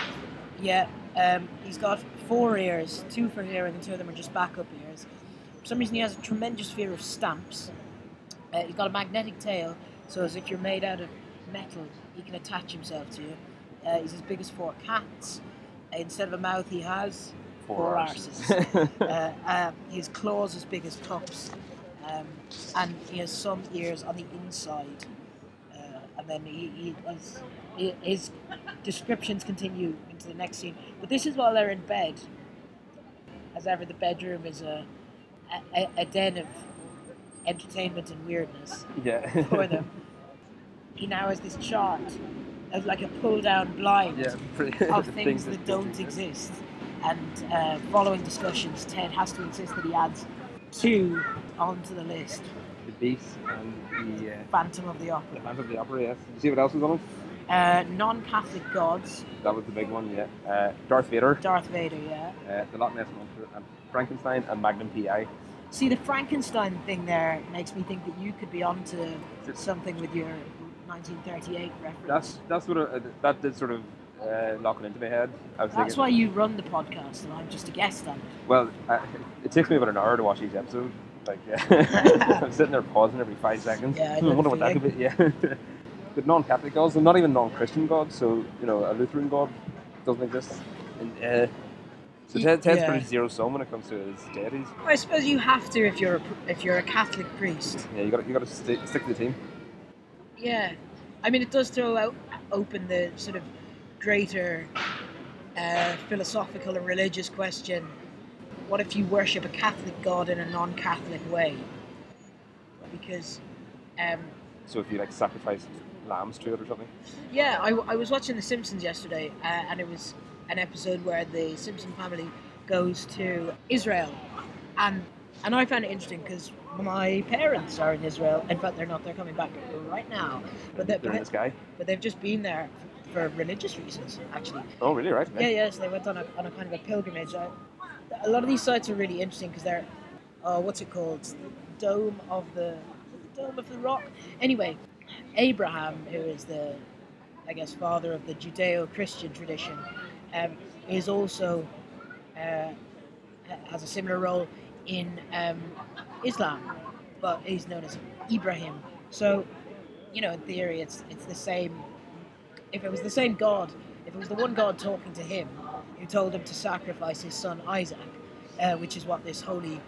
S3: Yeah, um, he's got four ears, two for hearing, and two of them are just backup ears. For some reason, he has a tremendous fear of stamps. Uh, he's got a magnetic tail, so as if you're made out of metal, he can attach himself to you. Uh, he's as big as four cats. Instead of a mouth, he has four, arses. (laughs) uh, uh, his claws as big as cups, um, and he has some ears on the inside. Uh, and then he, he has, he- his descriptions continue into the next scene. But this is while they're in bed. As ever, the bedroom is a, a, a- a den of entertainment and weirdness
S2: Yeah. (laughs)
S3: (laughs) for them. he now has this chart of like a pull down blind (laughs)
S2: yeah. Pretty, (laughs)
S3: of things that don't
S2: do
S3: exist. And uh, following discussions, Ted has to insist that he adds two onto the list
S2: The beast and the uh,
S3: Phantom of the
S2: the
S3: Opera.
S2: Phantom of the Opera. Yes. You see what else was on it?
S3: Uh, non Catholic gods,
S2: That was the big one. Yeah. Uh, Darth Vader,
S3: Darth Vader, yeah.
S2: uh, the Loch Ness monster, and Frankenstein and Magnum PI.
S3: See, the Frankenstein thing there makes me think that you could be onto something with your 1938 reference.
S2: That's that's what uh, that did sort of uh, lock it into my head. I was
S3: That's
S2: thinking,
S3: why you run the podcast, and I'm just a guest on it.
S2: Well, I, it takes me about an hour to watch each episode. Like, yeah. (laughs) I'm sitting there pausing every five seconds. (laughs)
S3: Yeah, I
S2: Hmm,
S3: know the
S2: wonder what that could be. Yeah. (laughs) but non-Catholic gods, and not even non-Christian gods. So you know, a Lutheran god doesn't exist. And, uh, so
S3: Ye-
S2: Ted, Ted's
S3: yeah.
S2: pretty zero sum when it comes to his deities.
S3: I suppose you have to if you're a, pr- if you're a Catholic priest.
S2: Yeah, you got you got to stick stick to the team.
S3: Yeah, I mean, it does throw out open the sort of greater uh, philosophical and religious question: What if you worship a Catholic God in a non-Catholic way? Because, um,
S2: So if you like sacrifice lambs to it or something,
S3: yeah, I, w- I was watching The Simpsons yesterday, uh, and it was an episode where the Simpson family goes to Israel, and and I found it interesting because my parents are in Israel. In fact, they're not; they're coming back right now. But they-
S2: they're in the sky.
S3: but they've just been there for religious reasons, actually.
S2: Oh, really? Right?
S3: Yeah, yeah, so they went on a, on a kind of a pilgrimage. I, a lot of these sites are really interesting because they're, uh, what's it called? Dome of the, the Dome of the Rock? Anyway, Abraham, who is the, I guess, father of the Judeo Christian tradition, um, is also, uh, ha- has a similar role in um, Islam, but he's known as Ibrahim. So, you know, in theory, it's, it's the same if it was the same God, if it was the one God talking to him, who told him to sacrifice his son Isaac, uh, which is what this holy,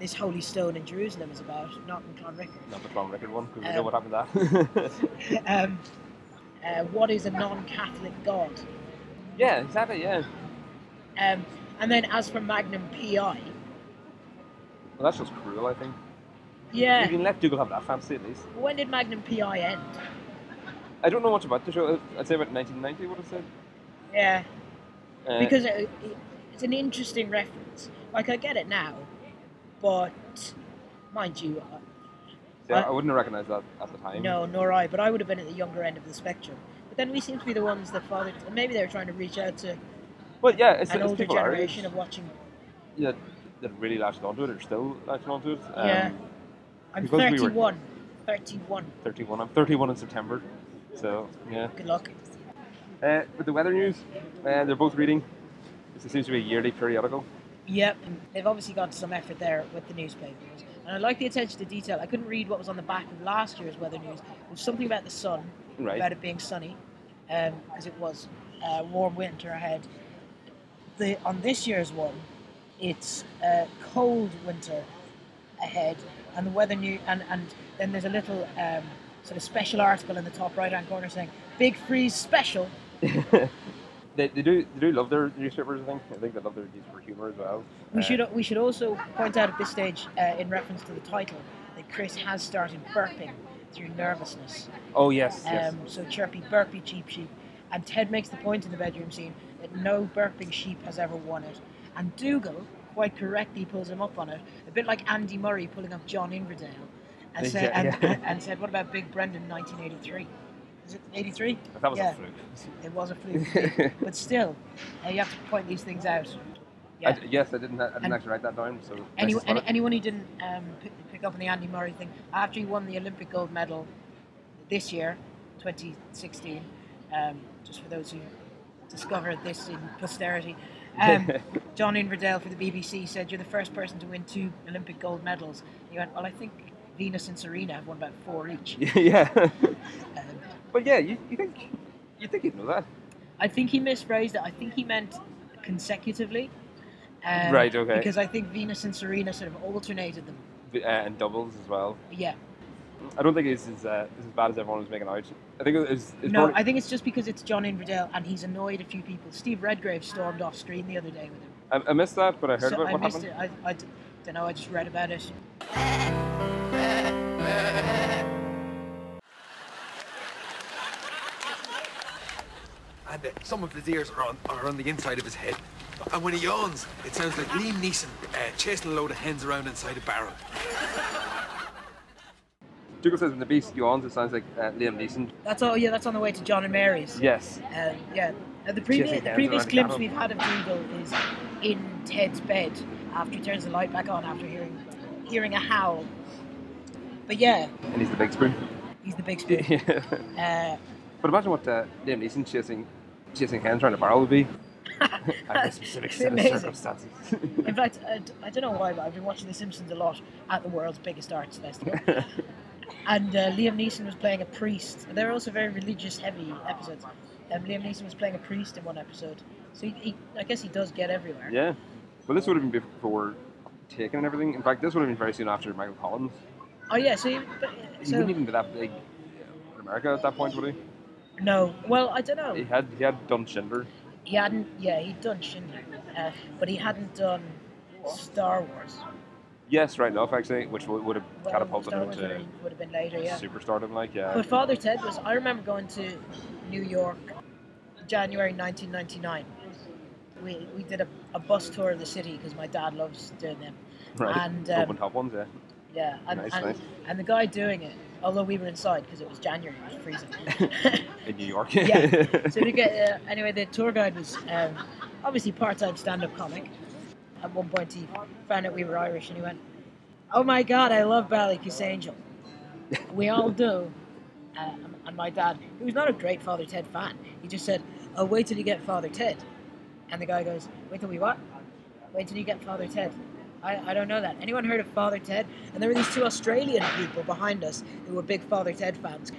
S3: this holy stone in Jerusalem is about, not in Clonrickard.
S2: Not the Clown Record one, because we know
S3: Um,
S2: what happened to
S3: (laughs)
S2: that.
S3: um, uh, what is a non-Catholic God?
S2: (laughs) yeah, exactly, yeah.
S3: Um, and then as for Magnum PI,
S2: Well, that's just cruel, I think.
S3: yeah.
S2: You can let Dougal have that fancy at least.
S3: When did Magnum PI end?
S2: I don't know much about the show. I'd say about 1990, would have said.
S3: Yeah,
S2: Uh,
S3: because it, it- it's an interesting reference. Like I get it now, but mind you, uh,
S2: see, I, I wouldn't have recognised that at the time.
S3: no, nor I. But I would have been at the younger end of the spectrum. But then we seem to be the ones that fathered, and maybe they were trying to reach out to
S2: Well, yeah, it's,
S3: an
S2: it's
S3: older
S2: people our age.
S3: generation of watching.
S2: that that really latched onto it or still latching onto it. Um,
S3: Yeah. I'm
S2: because we were-
S3: 31. 31.
S2: 31. I'm 31 in September, so yeah.
S3: Good luck.
S2: Uh, with the weather news, uh, they're both reading. It seems to be a yearly periodical.
S3: Yep, and they've obviously got some effort there with the newspapers. And I like the attention to detail. I couldn't read what was on the back of last year's weather news. It was something about the sun,
S2: Right.
S3: about it being sunny, because it was uh, warm winter ahead. The on this year's one, it's uh, cold winter ahead, and the weather new and and then there's a little um, sort of special article in the top right hand corner saying "Big Freeze Special."
S2: They, they do they do love their newspapers. I think I think they love their newspaper humor as well.
S3: We
S2: Uh,
S3: should we should also point out at this stage, uh, in reference to the title, that Chris has started burping through nervousness.
S2: Oh yes, yes.
S3: Um, so chirpy, burpy, cheap sheep. And Ted makes the point in the bedroom scene that no burping sheep has ever won it. And Dougal quite correctly pulls him up on it, a bit like Andy Murray pulling up John Inverdale, and said
S2: Yeah,
S3: and,
S2: yeah.
S3: and, and said, "What about Big Brendan, 1983? Is it 83?
S2: But that was
S3: yeah,
S2: a fluke.
S3: it was a fluke. but still, uh, you have to point these things out.
S2: I
S3: Yeah.
S2: d- yes, I didn't. I didn't
S3: And-
S2: actually write that down. So
S3: Any,
S2: nice to
S3: any,
S2: spot it.
S3: anyone who didn't um, pick, pick up on the Andy Murray thing, after he won the Olympic gold medal this year, 2016, um, just for those who discovered this in posterity,
S2: (laughs)
S3: um, John Inverdale for the BBC said, You're the first person to win two Olympic gold medals. And he went, Well, I think Venus and Serena have won about four each.
S2: (laughs)
S3: (laughs)
S2: yeah.
S3: Um,
S2: but yeah, you, you think you think you'd know that,
S3: I think he misphrased it. I think he meant consecutively. Um,
S2: Right, okay.
S3: Because I think Venus and Serena sort of alternated them.
S2: B- uh, and doubles as well.
S3: Yeah.
S2: I don't think it's as uh, it's as bad as everyone was making out. I think it's, it's
S3: no,
S2: probably-
S3: I think it's just because it's John Inverdale and he's annoyed a few people. Steve Redgrave stormed off screen the other day with him.
S2: I, I missed that, but I heard
S3: so
S2: about
S3: I
S2: what
S3: missed
S2: happened.
S3: it. I, I d- don't know. I just read about it.
S10: I bet some of his ears are on, are on the inside of his head. And when he yawns, it sounds like Liam Neeson uh, chasing a load of hens around inside a barrel.
S2: Dougal says when the beast yawns, it sounds like uh, Liam Neeson.
S3: That's all. Yeah, that's on the way to John and Mary's.
S2: Yes.
S3: Um, yeah. Uh, the previous
S2: Jesse
S3: the
S2: Helms
S3: previous
S2: around
S3: glimpse
S2: Gavin.
S3: we've had of Dougal is in Ted's bed after he turns the light back on after hearing hearing a howl. But yeah,
S2: And he's the big spoon. (laughs)
S3: he's the big spoon.
S2: Yeah.
S3: Uh,
S2: but imagine what uh, Liam Neeson chasing, chasing hens around a barrel
S3: (laughs)
S2: would be. Under specific set of
S3: Amazing.
S2: circumstances. (laughs)
S3: in fact, I, d- I don't know why, but I've been watching The Simpsons a lot at the world's biggest
S2: (laughs)
S3: arts festival. and uh, Liam Neeson was playing a priest. They're also very religious heavy episodes. Um, Liam Neeson was playing a priest in one episode, so he, he, I guess he does get everywhere.
S2: yeah. Well, this would have been before Taken and everything. In fact, this would have been very soon after Michael Collins.
S3: Oh yeah, so, he, but,
S2: He
S3: so
S2: wouldn't even be that big uh, in America at that point, would he?
S3: no. Well, I don't know.
S2: He had he had done Schindler.
S3: He hadn't. Yeah, he'd done Schindler, uh, but he hadn't done Star Wars.
S2: Yes, right enough, actually, which would, would have
S3: Well,
S2: catapulted
S3: Star
S2: him
S3: Wars would
S2: to
S3: have- would have been later. Yeah.
S2: superstardom, like yeah.
S3: But Father Ted was. I remember going to New York, January 1999. We, we did a, a bus tour of the city because my dad loves doing them.
S2: right.
S3: And um,
S2: Open top ones, yeah.
S3: yeah, and,
S2: Nice,
S3: and,
S2: nice.
S3: and the guy doing it, although we were inside because it was January, it was freezing.
S2: In New York. (laughs)
S3: (laughs) yeah. So to get uh, anyway, the tour guide was um, obviously part-time stand-up comic. At one point, he found out we were Irish, and he went, "Oh my God, I love Ballycus Angel. We all do." Uh, and my dad, who was not a great Father Ted fan, he just said, "Oh, wait till you get Father Ted." And the guy goes, "Wait till we what? Wait till you get Father Ted." I, I don't know that. Anyone heard of Father Ted? And there were these two Australian people behind us who were big Father Ted fans.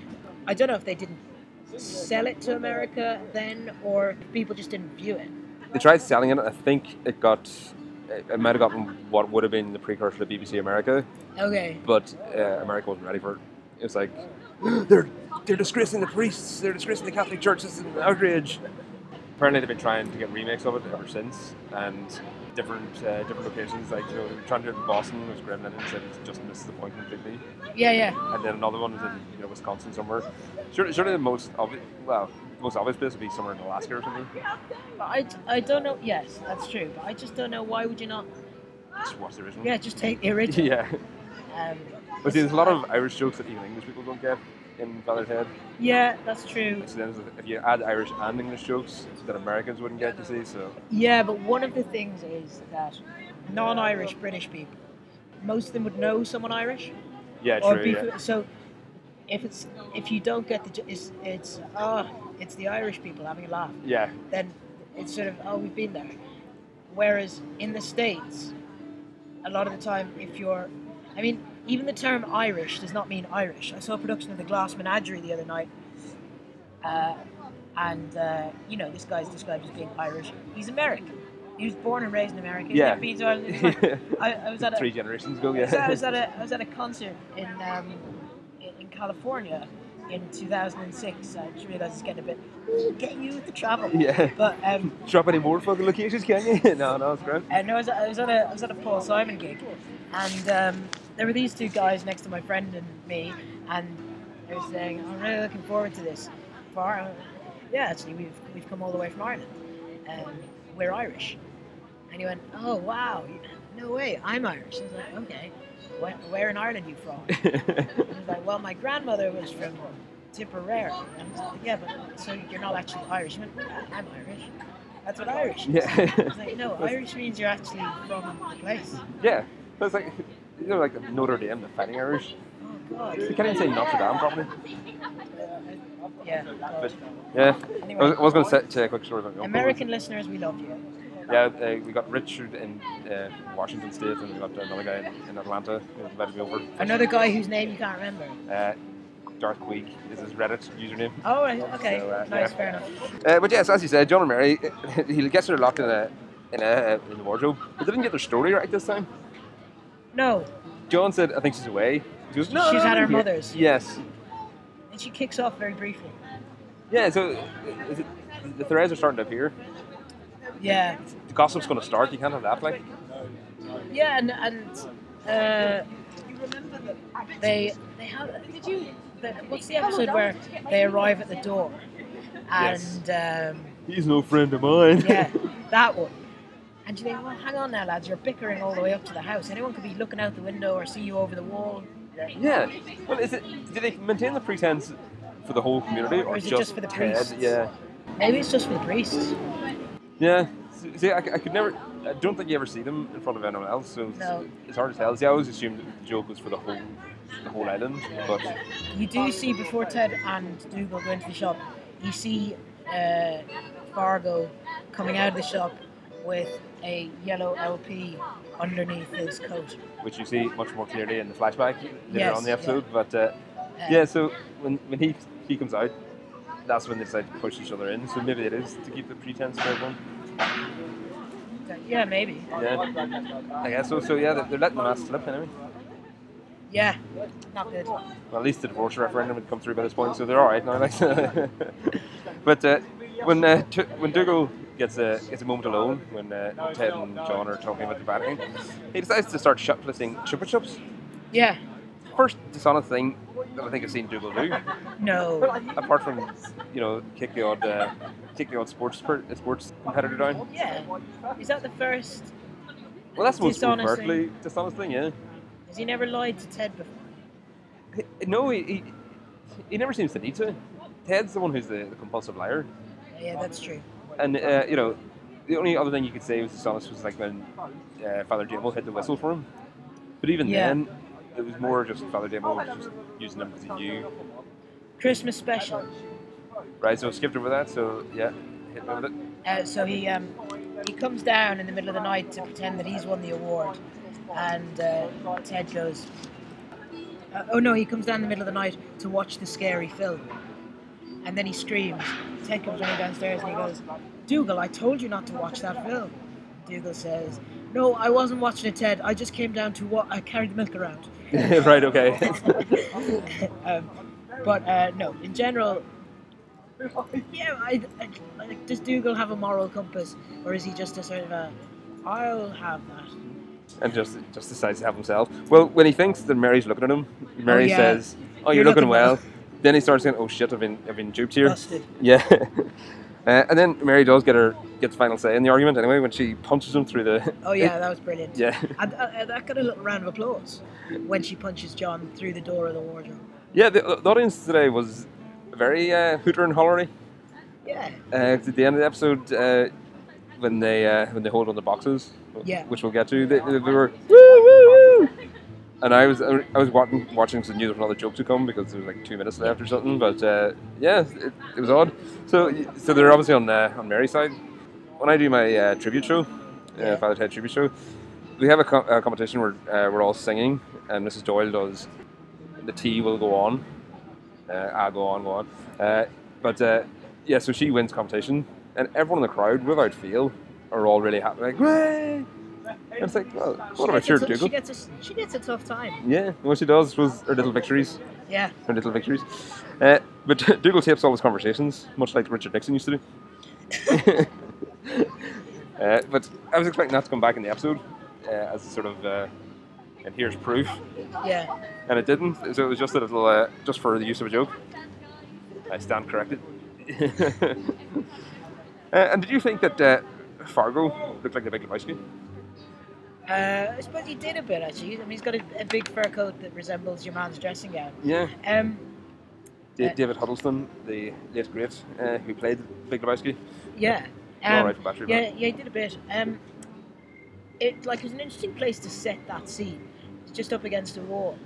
S3: I don't know if they didn't sell it to America then, or if people just didn't view it.
S2: They tried selling it. I think it got, it it might have gotten what would have been the precursor to BBC America,
S3: Okay.
S2: but uh, America wasn't ready for it. It was like, (gasps) they're they're disgracing the priests, they're disgracing the Catholic Church, this is an outrage. Apparently, they've been trying to get remakes of it ever since, and different uh, different locations. Like, you know, they were trying to do it in Boston, it was Gremlins, and it just missed the point completely.
S3: Yeah, yeah.
S2: And then another one was in you know Wisconsin somewhere. Surely, surely the most obvious, well, the most obvious place would be somewhere in Alaska or something.
S3: But I, I don't know. Yes, that's true. But I just don't know why would you not?
S2: Just watch the original.
S3: Yeah, just take the (laughs)
S2: (laughs)
S3: original.
S2: yeah,
S3: Um,
S2: but see, there's a lot of Irish jokes that even English people don't get in Feather's Head.
S3: yeah, that's true.
S2: So then if you add Irish and English jokes, that Americans wouldn't get, you see. So
S3: Yeah, but one of the things is that non-Irish British people, most of them would know someone Irish.
S2: yeah,
S3: or
S2: true.
S3: be,
S2: Yeah.
S3: So if it's if you don't get the j- it's it's ah it's the Irish people having a laugh.
S2: Yeah.
S3: Then it's sort of oh we've been there. Whereas in the states, a lot of the time if you're, I mean even the term Irish does not mean Irish. I saw a production of The Glass Menagerie the other night. Uh, and uh, you know this guy's described as being Irish. He's American. He was born and raised in America. He's
S2: Yeah.
S3: never been to
S2: (laughs)
S3: Ireland. in his life. I, I was at a,
S2: Three generations ago,
S3: I was at- I was
S2: yeah.
S3: at a I was at a concert in um, in, in California in 2006. I just realized it's getting a bit "Ooh, getting you with the travel.
S2: Yeah.
S3: But um,
S2: (laughs) Drop any more fucking locations, can you? (laughs) no, no, it's great.
S3: and I was, I was at a I was at a Paul Simon gig, and um, there were these two guys next to my friend and me, and they were saying, "I'm really looking forward to this." Far, yeah, actually, we've we've come all the way from Ireland, um, we're Irish, and he went, "Oh wow, no way, I'm Irish." I was like, "Okay, where, where in Ireland are you from?" And he was like, "Well, my grandmother was from." Tipperary. And I was like, yeah, but so you're not actually Irish. He went, I'm Irish. That's what Irish. is."
S2: Yeah.
S3: I was like, no, Irish means you're actually from the place. Oh,
S2: Yeah, so it's like you know, like Notre Dame, the Fighting Irish.
S3: Oh God.
S2: You can't even say Notre Dame properly.
S3: Yeah.
S2: But
S3: God.
S2: yeah, I was,
S3: Anyway.
S2: I was going to say a quick story about my uncle.
S3: American listeners, we love you.
S2: Yeah, uh, we got Richard in uh, Washington State, and we got another guy in, in Atlanta who invited me over.
S3: Another guy whose name you can't remember.
S2: Uh, Darth Queeg is his Reddit username.
S3: Oh, right, okay.
S2: So, uh,
S3: nice,
S2: yeah.
S3: fair enough.
S2: Uh, but yes, as you said, John and Mary, (laughs) he gets her locked in a in a in the wardrobe, but they didn't get their story right this time.
S3: No,
S2: John said, "I think she's away." She goes, "No,
S3: She's
S2: no, I'm
S3: at her
S2: here."
S3: mother's.
S2: Yes,
S3: and she kicks off very briefly.
S2: yeah. So uh, is it, the threads are starting to appear.
S3: Yeah,
S2: The gossip's going to start. You can't have that, like.
S3: yeah, and and uh, they they have. Did you? The, what's the episode where they arrive at the door and? Um,
S2: He's no friend of mine. (laughs)
S3: Yeah, that one. And you think, well, hang on now, lads, you're bickering all the way up to the house. Anyone could be looking out the window or see you over the wall.
S2: Yeah. Well, is it? Do they maintain the pretense for the whole community, or,
S3: Or is it just for the
S2: Ted?
S3: priests?
S2: Yeah.
S3: Maybe it's just for the priests.
S2: Yeah. S- See, I, c- I could never. I don't think you ever see them in front of anyone else, so it's,
S3: No.
S2: it's hard to tell. See, I always assumed the joke was for the whole, the whole island, but
S3: You do see before Ted and Dougal go into the shop, you see uh, Fargo coming out of the shop with a yellow LP underneath his coat.
S2: which you see much more clearly in the flashback later
S3: Yes,
S2: on in the episode. But uh,
S3: Uh,
S2: yeah, so when when he he comes out, that's when they decide to push each other in. So maybe it is to keep the pretense for everyone.
S3: Yeah, maybe.
S2: Yeah. I guess so. So yeah, they're, they're letting the mask slip anyway.
S3: Yeah, not good.
S2: Well, at least the divorce referendum had come through by this point, so they're all right now. Like, (laughs) but uh, when uh, Tu- when Dougal gets a gets a moment alone, when uh, Ted and John are talking about the batting, he decides to start shoplifting chupa chups.
S3: Yeah,
S2: First dishonest thing that I think I've seen Dougal do,
S3: no.
S2: apart from you know kick the odd uh, kick the odd sports per- uh, sports competitor down.
S3: Yeah. Is that the first?
S2: Well, that's the most
S3: Dishonest thing.
S2: overtly dishonest thing, yeah.
S3: Has he never lied to Ted before?
S2: No, he, he he never seems to need to. Ted's the one who's the, the compulsive liar.
S3: Yeah, that's true.
S2: And uh, you know, the only other thing you could say was dishonest was like when uh, Father Dable hit the whistle for him. But even
S3: Yeah.
S2: then, it was more just Father Dable was just using him because he knew.
S3: Christmas special.
S2: Right, so I skipped over that. So yeah, hit me with it.
S3: Uh, so he um, he comes down in the middle of the night to pretend that he's won the award, and uh, Ted goes. Uh, oh no, he comes down in the middle of the night to watch the scary film. And then he screams. Ted comes running downstairs and he goes, Dougal, I told you not to watch that film. Dougal says, No, I wasn't watching it, Ted. I just came down to wa- uh, carry the milk around.
S2: (laughs) right, okay.
S3: um, but uh, no, in general, (laughs) yeah, I, I, like, does Dougal have a moral compass, or is he just a sort of a, I'll have that.
S2: and just just decides to help himself. Well, when he thinks that Mary's looking at him, Mary
S3: yeah.
S2: says, "Oh, you're,
S3: You're
S2: looking,
S3: looking
S2: well." Then he starts saying, "Oh shit, I've been I've been duped here."
S3: Busted.
S2: (laughs) Yeah, uh, and then Mary does get her gets final say in the argument anyway when she punches him through the.
S3: Oh yeah, that was brilliant.
S2: Yeah.
S3: (laughs) and uh, uh, that got a little round of applause when she punches John through the door of the wardrobe.
S2: Yeah, the, the audience today was very uh, hooter and hollery.
S3: Yeah.
S2: Uh, at the end of the episode, uh, when they uh, when they hold on the boxes,
S3: Yeah.
S2: which we'll get to, they, they were woo woo woo, and I was I was watching watching some news of another joke to come because there was like two minutes left or something. But uh, yeah, it, it was odd. So so they're obviously on uh, on Mary's side. When I do my uh, tribute show, uh, Father Ted tribute show, we have a, co- a competition where uh, we're all singing, and Mrs. Doyle does the tea will go on. Uh, ah, go on, go on. Uh, but uh, yeah, so she wins competition, and everyone in the crowd, without fail, are all really happy. Like, Way! And it's like, well, what
S3: She
S2: about
S3: gets
S2: your
S3: a tou-
S2: Dougal?
S3: she gets a she gets a tough time.
S2: Yeah, what she does was her little victories.
S3: Yeah.
S2: Her little victories. Uh, but (laughs) Dougal tapes all his conversations, much like Richard Nixon used to do. (laughs) uh, but I was expecting that to come back in the episode uh, as a sort of, uh, and here's proof,
S3: Yeah.
S2: and it didn't. So it was just a little, uh, just for the use of a joke. I stand corrected. uh, and did you think that uh, Fargo looked like the Big Lebowski?
S3: Uh, I suppose he did a bit actually. I mean, he's got a, a big fur coat that resembles your man's dressing gown.
S2: Yeah.
S3: Um,
S2: Da-
S3: Uh,
S2: David Huddleston, the late great, uh, who played Big Lebowski.
S3: Yeah.
S2: All
S3: Um,
S2: right for battery,
S3: yeah,
S2: but-
S3: yeah, he did a bit. Um, it like it was an interesting place to set that scene. It's just up against a wall.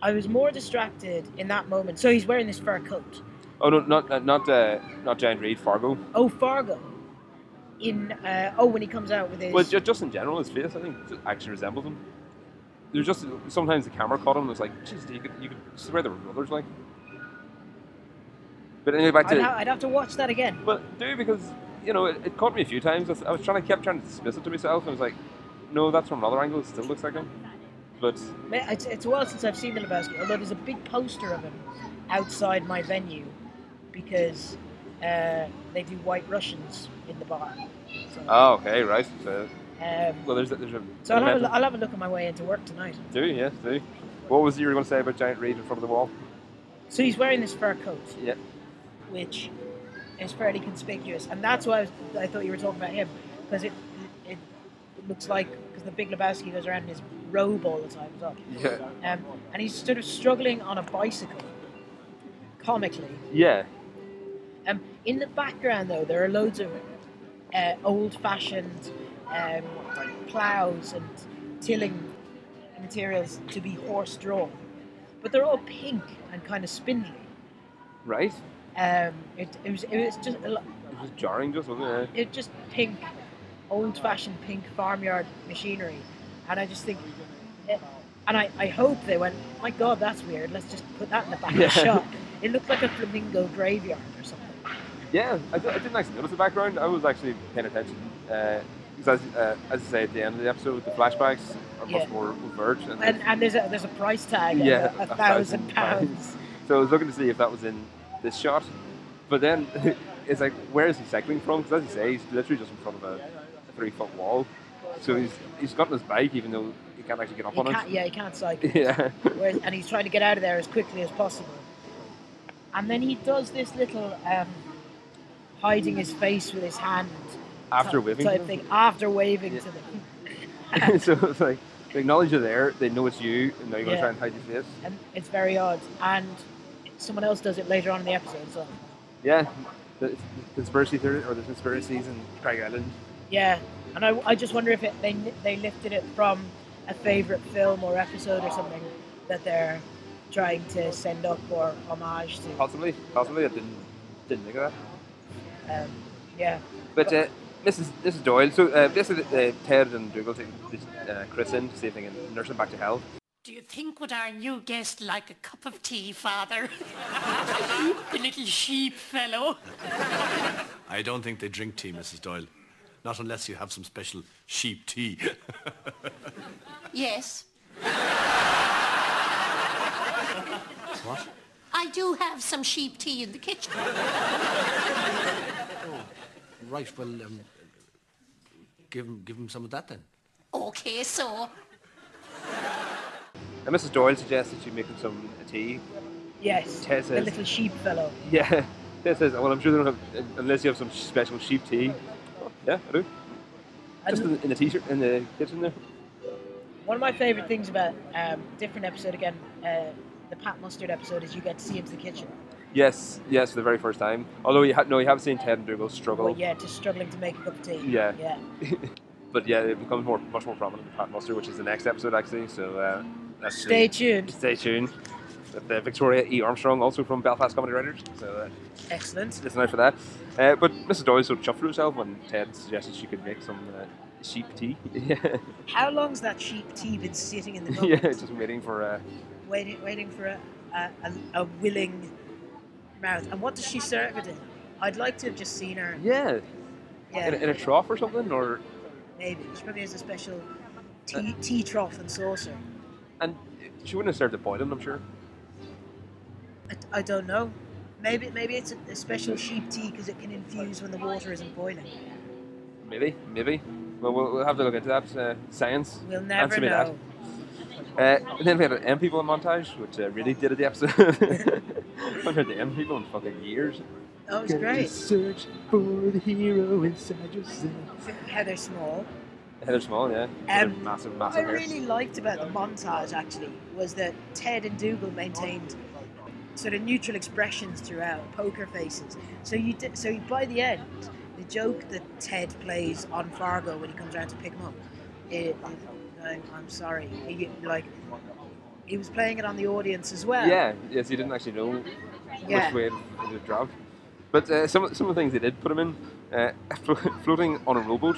S3: I was more distracted in that moment. So he's wearing this fur coat.
S2: Oh no, not uh, not uh, not Giant Reed, Fargo.
S3: Oh, Fargo. In uh, oh, when he comes out with his
S2: Well, ju- just in general, his face, I think, ju- actually resembles him. There's just sometimes the camera caught him. and It's like, Jesus, you could you could swear they were brothers, like. But anyway, back
S3: I'd,
S2: to
S3: ha- I'd have to watch that again.
S2: But do because you know it, it caught me a few times. I was- I was trying to kept trying to dismiss it to myself, and I was like, no, that's from another angle. It still looks like him. But
S3: Ma- It's, it's a while since I've seen the Lebowski, although there's a big poster of him outside my venue because uh, they do White Russians in the bar. So,
S2: oh, okay, right. So,
S3: um,
S2: well, there's a- there's a.
S3: so I'll, have a,
S2: momentum.
S3: lo- I'll have a look on my way into work tonight.
S2: Do yes, do. What was you were going to say about Giant Reed in front of the wall?
S3: So he's wearing this fur coat,
S2: Yeah.
S3: which is fairly conspicuous, and that's why I, was, I thought you were talking about him because it, it it looks like because the Big Lebowski goes around in his robe all the time as well.
S2: Yeah.
S3: Um, and he's sort of struggling on a bicycle, comically.
S2: Yeah.
S3: Um, in the background, though, there are loads of uh, old-fashioned um, like plows and tilling materials to be horse-drawn, but they're all pink and kind of spindly.
S2: Right.
S3: Um, it, it was it was just a lo-
S2: It was jarring, just wasn't it?
S3: it was just pink, old-fashioned pink farmyard machinery, and I just think. It, and I, I hope they went, my god, that's weird, let's just put that in the back
S2: Yeah.
S3: of the shop. It looked like a flamingo graveyard or something.
S2: Yeah, I, di- I didn't actually notice the background. I was actually paying attention. Because as, uh, as I say at the end of the episode, the flashbacks are
S3: Yeah.
S2: much more overt. And,
S3: And, and there's a there's a price tag of
S2: yeah,
S3: a, thousand pounds.
S2: So I was looking to see if that was in this shot. But then (laughs) it's like, where is he cycling from? Because as you say, he's literally just in front of a, a three foot wall. So he's, he's got on his bike even though he can't actually get up
S3: He
S2: on (laughs)
S3: can't,
S2: it.
S3: yeah, he can't cycle.
S2: Yeah.
S3: Whereas, and he's trying to get out of there as quickly as possible. And then he does this little um, hiding his face with his hand
S2: After
S3: type,
S2: waving to
S3: type
S2: them?
S3: thing after waving to
S2: (laughs)
S3: them.
S2: so it's like, they acknowledge you're there, they know it's you, and now you're going to
S3: Yeah.
S2: try and hide your face.
S3: And it's very odd. And someone else does it later on in the episode. So
S2: Yeah, the the conspiracy theory or the conspiracies in Craig Island.
S3: yeah. And I, I just wonder if it, they they lifted it from a favorite film or episode or something that they're trying to send up or homage to.
S2: Possibly, possibly. I didn't didn't think of that.
S3: Um, yeah.
S2: But uh, Mrs. Mrs. Doyle. So uh, basically, uh, Ted and Dougal take this, uh, Chris in to see if they can nurse him back to health.
S9: Do you think would our new guest like a cup of tea, Father? (laughs) the little sheep fellow.
S11: I don't think they drink tea, Mrs. Doyle. Not unless you have some special sheep tea.
S9: Yes,
S11: what?
S9: I do have some sheep tea in the kitchen.
S11: Right, well, um, give him, give him some of that then.
S9: Okay, so
S2: And Mrs. Doyle suggests that you make him some tea. (laughs)
S3: Yes,
S2: Tess
S3: the
S2: says,
S3: little sheep fellow.
S2: Yeah. Tess says, well, I'm sure they don't have, unless you have some special sheep tea. Yeah, I do. Just in, in the t-shirt, in the kitchen there.
S3: One of my favorite things about um, different episode again, uh, the Pat Mustard episode, is you get to see into the kitchen.
S2: Yes, yes, for the very first time. Although you ha- no, you have seen Ted and Dougal struggle.
S3: Well, yeah, just struggling to make a cup of tea.
S2: Yeah.
S3: yeah.
S2: But yeah, it becomes more, much more prominent in Pat Muster, which is the next episode actually. So uh, that's
S3: Stay tuned.
S2: Stay tuned. With uh, Victoria E. Armstrong, also from Belfast Comedy Writers. So uh,
S3: Excellent.
S2: listen out for that. Uh, but Mrs. Doyle sort of chuffed with herself when Ted suggested she could make some uh, sheep tea. (laughs) yeah,
S3: How long's that sheep tea been
S2: (laughs)
S3: sitting in the cupboard,
S2: yeah, just waiting for. Uh,
S3: waiting, waiting for a, a, a, a willing mouth? And what does she serve it in? I'd like to have just seen her.
S2: yeah.
S3: Yeah.
S2: In, a, in a trough or something, or
S3: Maybe she probably has a special tea, tea trough and saucer.
S2: and she wouldn't have served it boiling, I'm sure.
S3: I, I don't know. Maybe maybe it's a, a special sheep tea because it can infuse when the water isn't boiling.
S2: Maybe, maybe. Well, we'll, we'll have to look into that. Uh, science.
S3: We'll never
S2: Answer me
S3: know.
S2: That. Uh, and then we had an M people montage, which uh, really did it the episode. (laughs) I haven't heard the M people in fucking years.
S3: Oh, it was great.
S2: Search for the hero inside yourself.
S3: Heather Small.
S2: Heather Small, yeah.
S3: Um,
S2: Um, massive,
S3: What I
S2: massive hair.
S3: really liked about the montage actually was that Ted and Dougal maintained sort of neutral expressions throughout, poker faces. So you did, so by the end, the joke that Ted plays on Fargo when he comes around to pick him up, it, I'm, I'm sorry, he, like he was playing it on the audience as well.
S2: Yeah, yes, you didn't actually know
S3: Mm-hmm. Yeah.
S2: which way it would drop. But uh, some, of- some of the things they did put him in, uh, flo- (laughs) floating on a rowboat,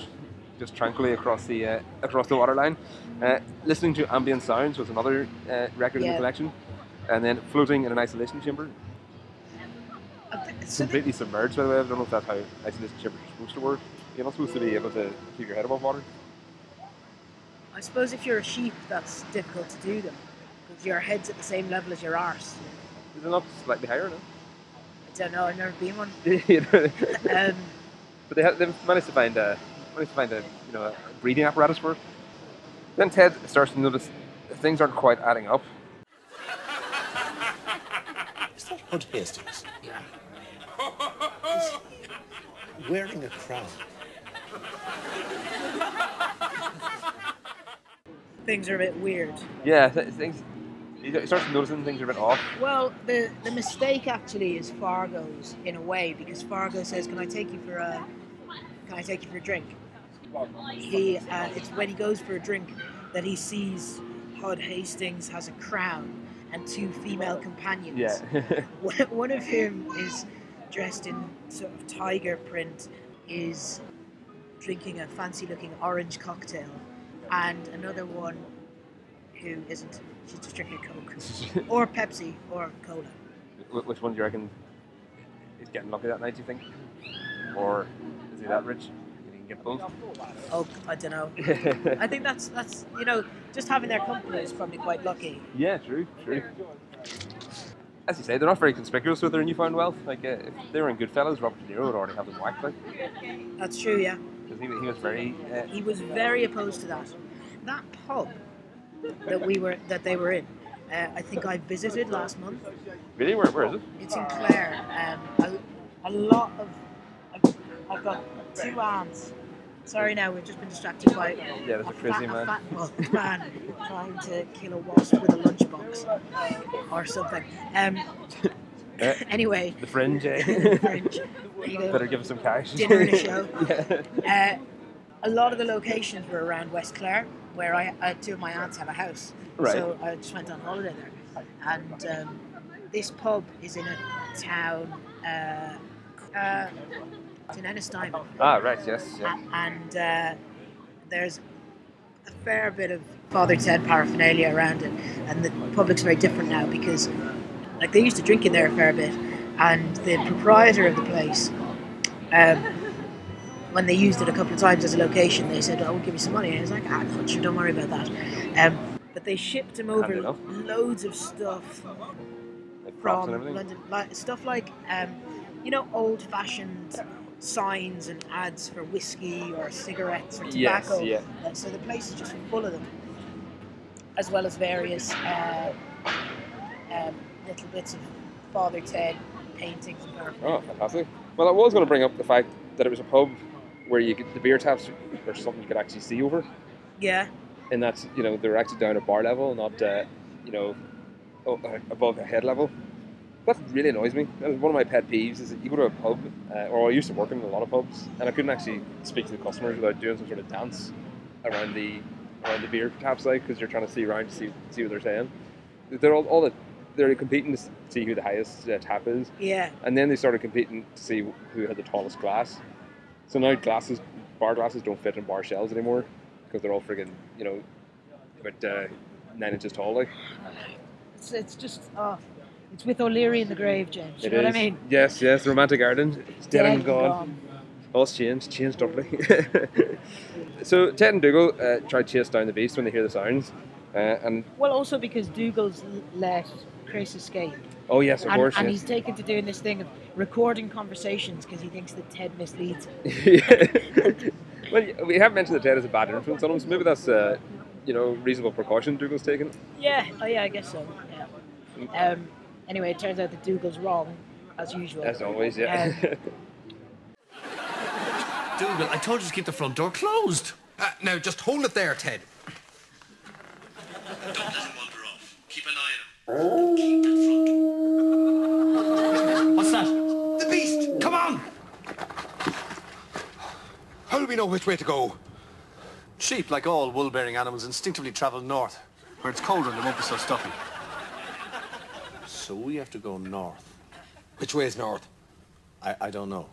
S2: just tranquilly across the uh, across the waterline, uh, listening to ambient sounds was another uh, record in
S3: Yeah.
S2: the collection, and then floating in an isolation chamber,
S3: A bit- So
S2: completely submerged. By the way, I don't know if that's how isolation chambers are supposed to work. You're not supposed to be able to keep your head above water.
S3: I suppose if you're a sheep, that's difficult to do them because your head's at the same level as your arse.
S2: Is it not slightly higher? (laughs)
S3: (laughs)
S2: No.
S3: I don't know. I've never been one.
S2: You know?
S3: Um,
S2: But they have, they've managed to find a managed to find a you know a breathing apparatus for it. Then Ted starts to notice that things aren't quite adding up.
S12: Is that Hunt Hastings?
S7: (laughs)
S4: Yeah.
S12: Wearing a crown.
S3: things are a bit weird.
S2: Yeah, th- things. He starts noticing things are a bit off.
S3: Well, the, the mistake actually is Fargo's in a way because Fargo says, "Can I take you for a Can I take you for a drink?" He uh, it's when he goes for a drink that he sees Hod Hastings has a crown and two female companions.
S2: Yeah.
S3: One- One of whom is dressed in sort of tiger print, is drinking a fancy looking orange cocktail, and another one who isn't. She's just drinking Coke or Pepsi or cola.
S2: (laughs) Wh- Which one do you reckon is getting lucky that night? Do you think, or is he that rich? that He can get both.
S3: Oh, I don't know. I think that's that's you know just having their company is probably quite lucky.
S2: Yeah, true, true. As you say, they're not very conspicuous with their newfound wealth. Like uh, if they were in Goodfellas, Robert De Niro would already have them whacked. Like,
S3: That's true. Yeah,
S2: 'cause he, he was very. Uh,
S3: he was very opposed to that. That pub that we were that they were in. Uh, I think I visited last month.
S2: really, where, where is it?
S3: It's in Clare. Um, a, a lot of I've, I've got two aunts. Sorry, now we've just been distracted by
S2: Yeah, there's a crazy
S3: fat,
S2: man.
S3: fat old (laughs) man trying to kill a wasp with a lunchbox or something. Um,
S2: Uh, (laughs)
S3: anyway,
S2: The fringe, eh? (laughs)
S3: Fringe. You know,
S2: Better give us some cash. (laughs)
S3: Dinner and a show.
S2: yeah.
S3: uh, a lot of the locations were around West Clare, where I uh, two of my aunts have a house.
S2: Right.
S3: So I just went on holiday there, and um, this pub is in a town. Uh, uh, it's in Ennistimon,
S2: Ah, right, yes. Yeah.
S3: A- and uh, there's a fair bit of Father Ted paraphernalia around it, and the public's very different now because, like, they used to drink in there a fair bit, and the proprietor of the place, um, when they used it a couple of times as a location, they said, "I will give you some money." And he was like, "Ah, no, sure, don't worry about that." Um, but they shipped him
S2: Hand it
S3: over
S2: off.
S3: loads of stuff
S2: Like props and
S3: from
S2: everything.
S3: London, like, stuff like um, you know, old-fashioned signs and ads for whiskey or cigarettes or
S2: Yes,
S3: tobacco.
S2: yeah.
S3: Uh, So the place is just full of them, as well as various uh, um, little bits of Father Ted paintings and
S2: Oh, fantastic. Well, I was going to bring up the fact that it was a pub where you could, the beer taps or something you could actually see over,
S3: Yeah.
S2: and that's you know they're actually down at bar level, not uh, you know o- uh, above the head level. That really annoys me. That was one of my pet peeves. Is that you go to a pub, uh, or I used to work in a lot of pubs, and I couldn't actually speak to the customers without doing some sort of dance around the around the beer taps, like because you're trying to see around to see see what they're saying. They're all, all the, they're competing to see who the highest uh, tap is.
S3: Yeah.
S2: And then they started competing to see who had the tallest glass. So now glasses, bar glasses don't fit in bar shelves anymore because they're all friggin', you know, about uh, nine inches tall. Like.
S3: It's, it's just oh, it's with O'Leary in the grave, James. You
S2: It
S3: know what I
S2: is-
S3: mean?
S2: Yes, yes, romantic Ireland. It's dead, and gone.
S3: gone.
S2: All's changed, changed doubly. (laughs) so Ted and Dougal uh, try to chase down the beast when they hear the sounds. Uh, and
S3: Well, also because Dougal's l- let Chris escape.
S2: oh yes, of
S3: and,
S2: course.
S3: and
S2: yes.
S3: he's taken to doing this thing of recording conversations because he thinks that Ted misleads. him.
S2: (laughs) well, we have mentioned that Ted is a bad influence on him, so maybe that's uh, you know reasonable precaution Dougal's taken.
S3: Yeah. Oh yeah, I guess so. Yeah. Um, anyway, it turns out that Dougal's wrong, as usual.
S2: As always, yeah. (laughs)
S3: Um,
S5: Dougal, I told you to keep the front door closed. Uh, now, just hold it there, Ted.
S7: What's that? The beast! Come on!
S10: How do we know which way to go? Sheep, like all wool-bearing animals, instinctively travel north, where it's colder and they won't be so stuffy. So we have to go north. Which way is north? I, I don't know.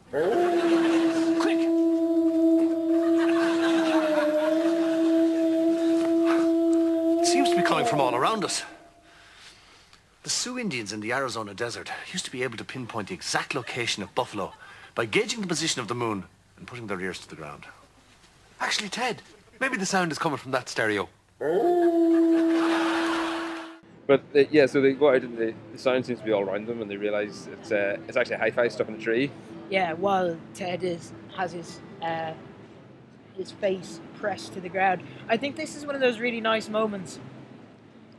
S10: It seems to be coming from all around us. The Sioux Indians in the Arizona desert used to be able to pinpoint the exact location of buffalo by gauging the position of the moon and putting their ears to the ground. Actually, Ted, maybe the sound is coming from that stereo.
S2: But uh, yeah, so they go out and they, the sound seems to be all around them, and they realise it's uh, it's actually hi-fi stuck in a tree.
S3: yeah. While Ted is has his uh, his face pressed to the ground, I think this is one of those really nice moments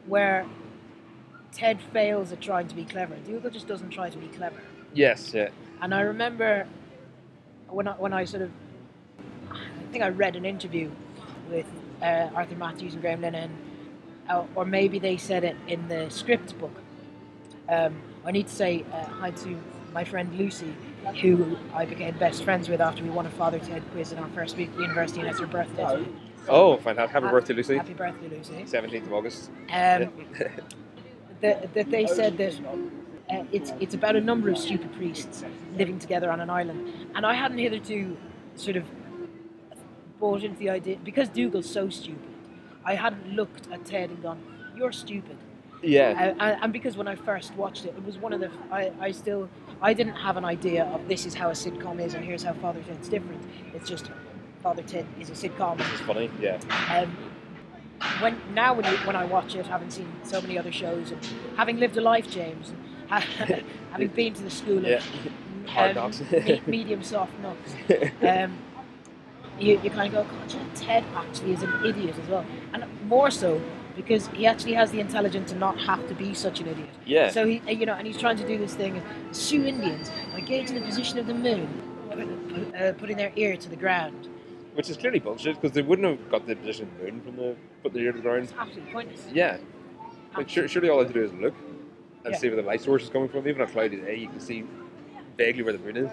S3: where Ted fails at trying to be clever. Dougal just doesn't try to be clever.
S2: Yes, yeah.
S3: And I remember when I, when I sort of, I think I read an interview with uh, Arthur Matthews and Graham Lennon, uh, or maybe they said it in the script book. Um, I need to say uh, hi to my friend Lucy, who I became best friends with after we won a Father Ted quiz in our first week at university, and it's her birthday.
S2: Oh, fantastic! Happy
S3: Happy-
S2: birthday, Lucy.
S3: happy birthday, Lucy.
S2: Seventeenth of August.
S3: Um, that, that they said that uh, it's it's about a number of stupid priests living together on an island, and I hadn't hitherto sort of bought into the idea because Dougal's so stupid. I hadn't looked at Ted and gone, "You're stupid."
S2: Yeah.
S3: Uh, and- and because when I first watched it, it was one of the I, I still I didn't have an idea of this is how a sitcom is and here's how Father Ted's different. It's just Father Ted is a sitcom.
S2: It's funny, yeah.
S3: Um, when now when, you, when I watch it, having seen so many other shows, and having lived a life, James, and ha- (laughs) having been to the school of um,
S2: Yeah. Hard knocks.
S3: me- medium soft
S2: (laughs)
S3: knocks, um, you, you kind of go, God, you know, Ted actually is an idiot as well, and more so because he actually has the intelligence to not have to be such an idiot.
S2: Yeah.
S3: So he, you know, and he's trying to do this thing of Sioux Indians by gauging the position of the moon, put- put- uh, putting their ear to the ground.
S2: Which is clearly bullshit because they wouldn't have got the position of the moon from the put their ear to the ground.
S3: It's absolutely pointless.
S2: Yeah. Like, sure, surely all I have to do is look and
S3: Yeah.
S2: see where the light source is coming from. Even on a cloudy day, you can see vaguely where the moon is.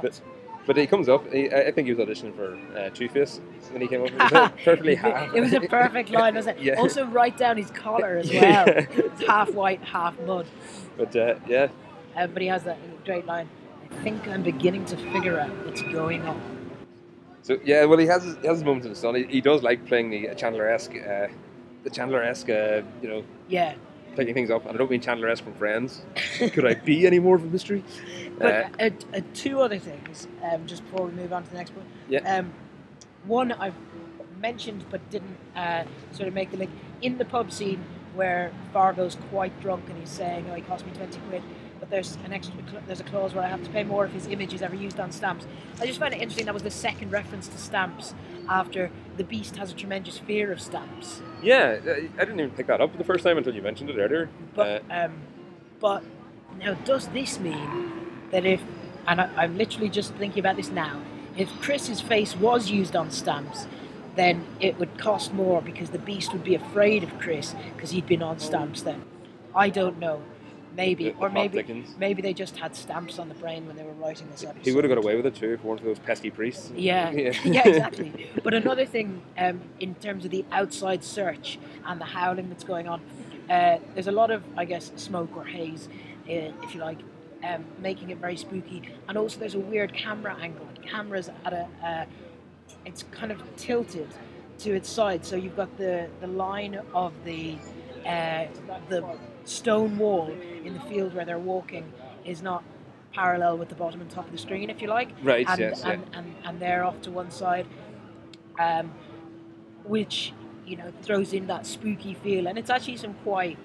S2: But, but he comes up. He, I I think he was auditioning for uh, Two Face when he came up. (laughs) He
S3: (laughs)
S2: was perfectly half.
S3: It
S2: (laughs)
S3: was a perfect line, wasn't it?
S2: Yeah.
S3: Also, right down his collar as well.
S2: Yeah.
S3: It's half white, half mud.
S2: But uh, yeah,
S3: Uh, but he has that great line I think I'm beginning to figure out what's going on.
S2: So yeah, well, he has his, he has his moments in the sun. He, he does like playing the Chandler-esque, uh, the Chandler-esque, uh, you know,
S3: Yeah,
S2: picking things up. And I don't mean Chandler-esque from
S3: (laughs)
S2: Friends. Could I be any more of a mystery? Uh,
S3: But uh, uh, two other things, um, just before we move on to the next point.
S2: Yeah.
S3: Um, one I've mentioned but didn't uh, sort of make the link in the pub scene where Fargo's quite drunk and he's saying, "Oh, he cost me twenty quid." But there's an extra, cl- there's a clause where I have to pay more if his image is ever used on stamps. I just found it interesting. That was the second reference to stamps after the Beast has a tremendous fear of stamps.
S2: yeah, uh, I I didn't even pick that up the first time until you mentioned it earlier. Uh,
S3: Um, but now, does this mean that if, and I, I'm literally just thinking about this now, if Chris's face was used on stamps, then it would cost more because the beast would be afraid of Chris because he'd been on stamps then. I don't know. Maybe,
S2: The- the
S3: or
S2: plot
S3: maybe,
S2: thickens.
S3: maybe they just had stamps on the brain when they were writing this episode.
S2: he would have got away with it too if it weren't for those pesky priests.
S3: Yeah, yeah, exactly. But another thing, um, in terms of the outside search and the howling that's going on, uh, there's a lot of, I guess, smoke or haze, uh, if you like, um, making it very spooky. And also, there's a weird camera angle. The camera's at a, uh, it's kind of tilted to its side, so you've got the the line of the uh, the stone wall in the field where they're walking is not parallel with the bottom and top of the screen, if you like.
S2: Right,
S3: And,
S2: yes, yeah.
S3: and, and and they're off to one side, um, which you know throws in that spooky feel, and it's actually some quite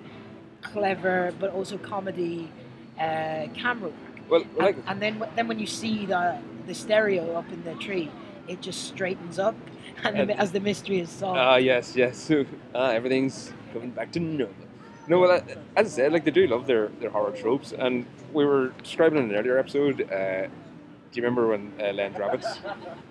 S3: clever but also comedy uh, camera work.
S2: Well, like,
S3: And then wh- then when you see the the stereo up in the tree, it just straightens up, (laughs) and, the
S2: And-
S3: mi- as the mystery is solved.
S2: Ah, yes, yes. (laughs) So ah, everything's coming back to normal. No, well, I- as I said, like they do love their, their horror tropes, and we were describing in an earlier episode. Uh, do you remember when uh, Len
S3: (laughs)
S2: Rabbits,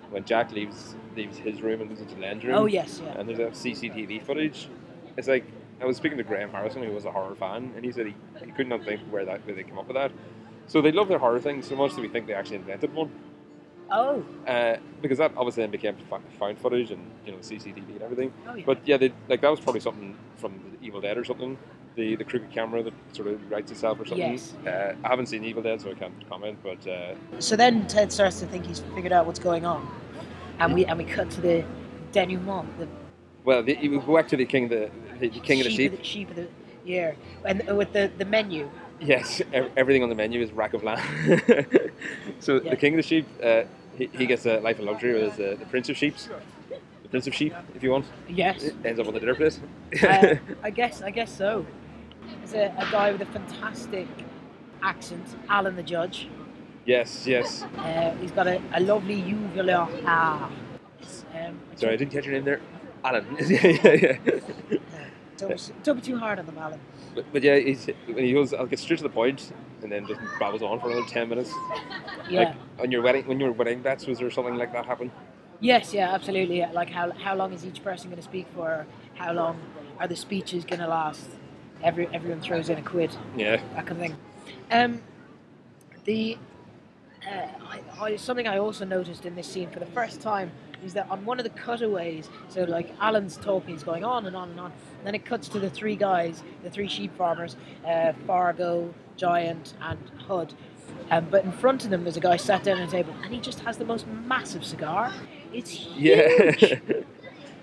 S2: when Jack leaves leaves his room and goes into Len's room?
S3: Oh, yes, yeah.
S2: And there's that CCTV footage. It's like I was speaking to Graham Harrison, who was a horror fan, and he said he, he could not think where that where they came up with that. So they love their horror things so much that we think they actually invented one.
S3: Oh,
S2: Uh, because that obviously then became fa- found footage and you know CCTV and everything.
S3: Oh, yeah.
S2: But yeah, they, like that was probably something from the Evil Dead or something. The the crooked camera that sort of writes itself or something.
S3: Yes.
S2: Uh, I haven't seen Evil Dead, so I can't comment. But uh,
S3: so then Ted starts to think he's figured out what's going on, and we and we cut to the denouement, the
S2: well, the, you go back to the king of the, the king of the sheep. (laughs)
S3: sheep of the year, and uh, with the the menu.
S2: Yes, ev- everything on the menu is rack of lamb. (laughs) so
S3: Yeah.
S2: the king of the sheep, uh, he, he gets a life of luxury, whereas the, the prince of sheep's, the prince of sheep, if you want. (laughs)
S3: Yes.
S2: Ends up on the dinner plate.
S3: Uh, I guess I guess so. There's a, a guy with a fantastic accent, Alan the Judge.
S2: (laughs) yes, yes.
S3: Uh, he's got a, a lovely uvular ah. It's, um,
S2: Sorry, I didn't catch your name there. Alan. (laughs) yeah, yeah, yeah.
S3: don't, be s- don't be too hard on them, Alan.
S2: But, but yeah, he's, when he goes, I'll get straight to the point, and then just babbles on for another ten minutes.
S3: Yeah.
S2: Like on your wedding, when your wedding bets, was there something like that happen?
S3: Yes, yeah, absolutely. yeah. Like how how long is each person going to speak for? How long are the speeches going to last? Every everyone throws in a quid.
S2: Yeah.
S3: That kind of thing. Um, the uh, I, I, something I also noticed in this scene for the first time is that on one of the cutaways, so like Alan's talking, he's going on and on and on, and then it cuts to the three guys, the three sheep farmers, uh, Fargo, Giant, and Hood. Um, but in front of them, there's a guy sat down at a table, and he just has the most massive cigar. It's huge.
S2: Yeah. (laughs)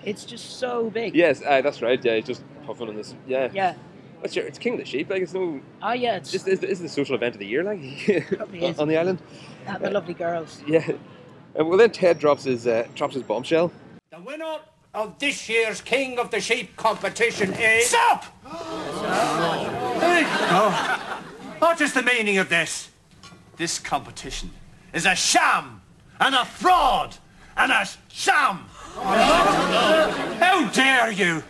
S3: It's just so big.
S2: yes, aye, that's right. Yeah, he's just puffing on this. Yeah.
S3: Yeah.
S2: That's your, it's King of the Sheep. Like it's no.
S3: Oh yeah, it's
S2: Just is the, is the social event of the year, like
S3: Probably
S2: on, (laughs)
S3: is.
S2: on the island.
S3: uh, the lovely girls.
S2: Yeah. Uh, well, then Ted drops his uh, drops his bombshell.
S7: The winner of this year's King of the Sheep competition is. Stop!
S5: Oh. What is the meaning of this? This competition is a sham and a fraud and a sham. How dare you?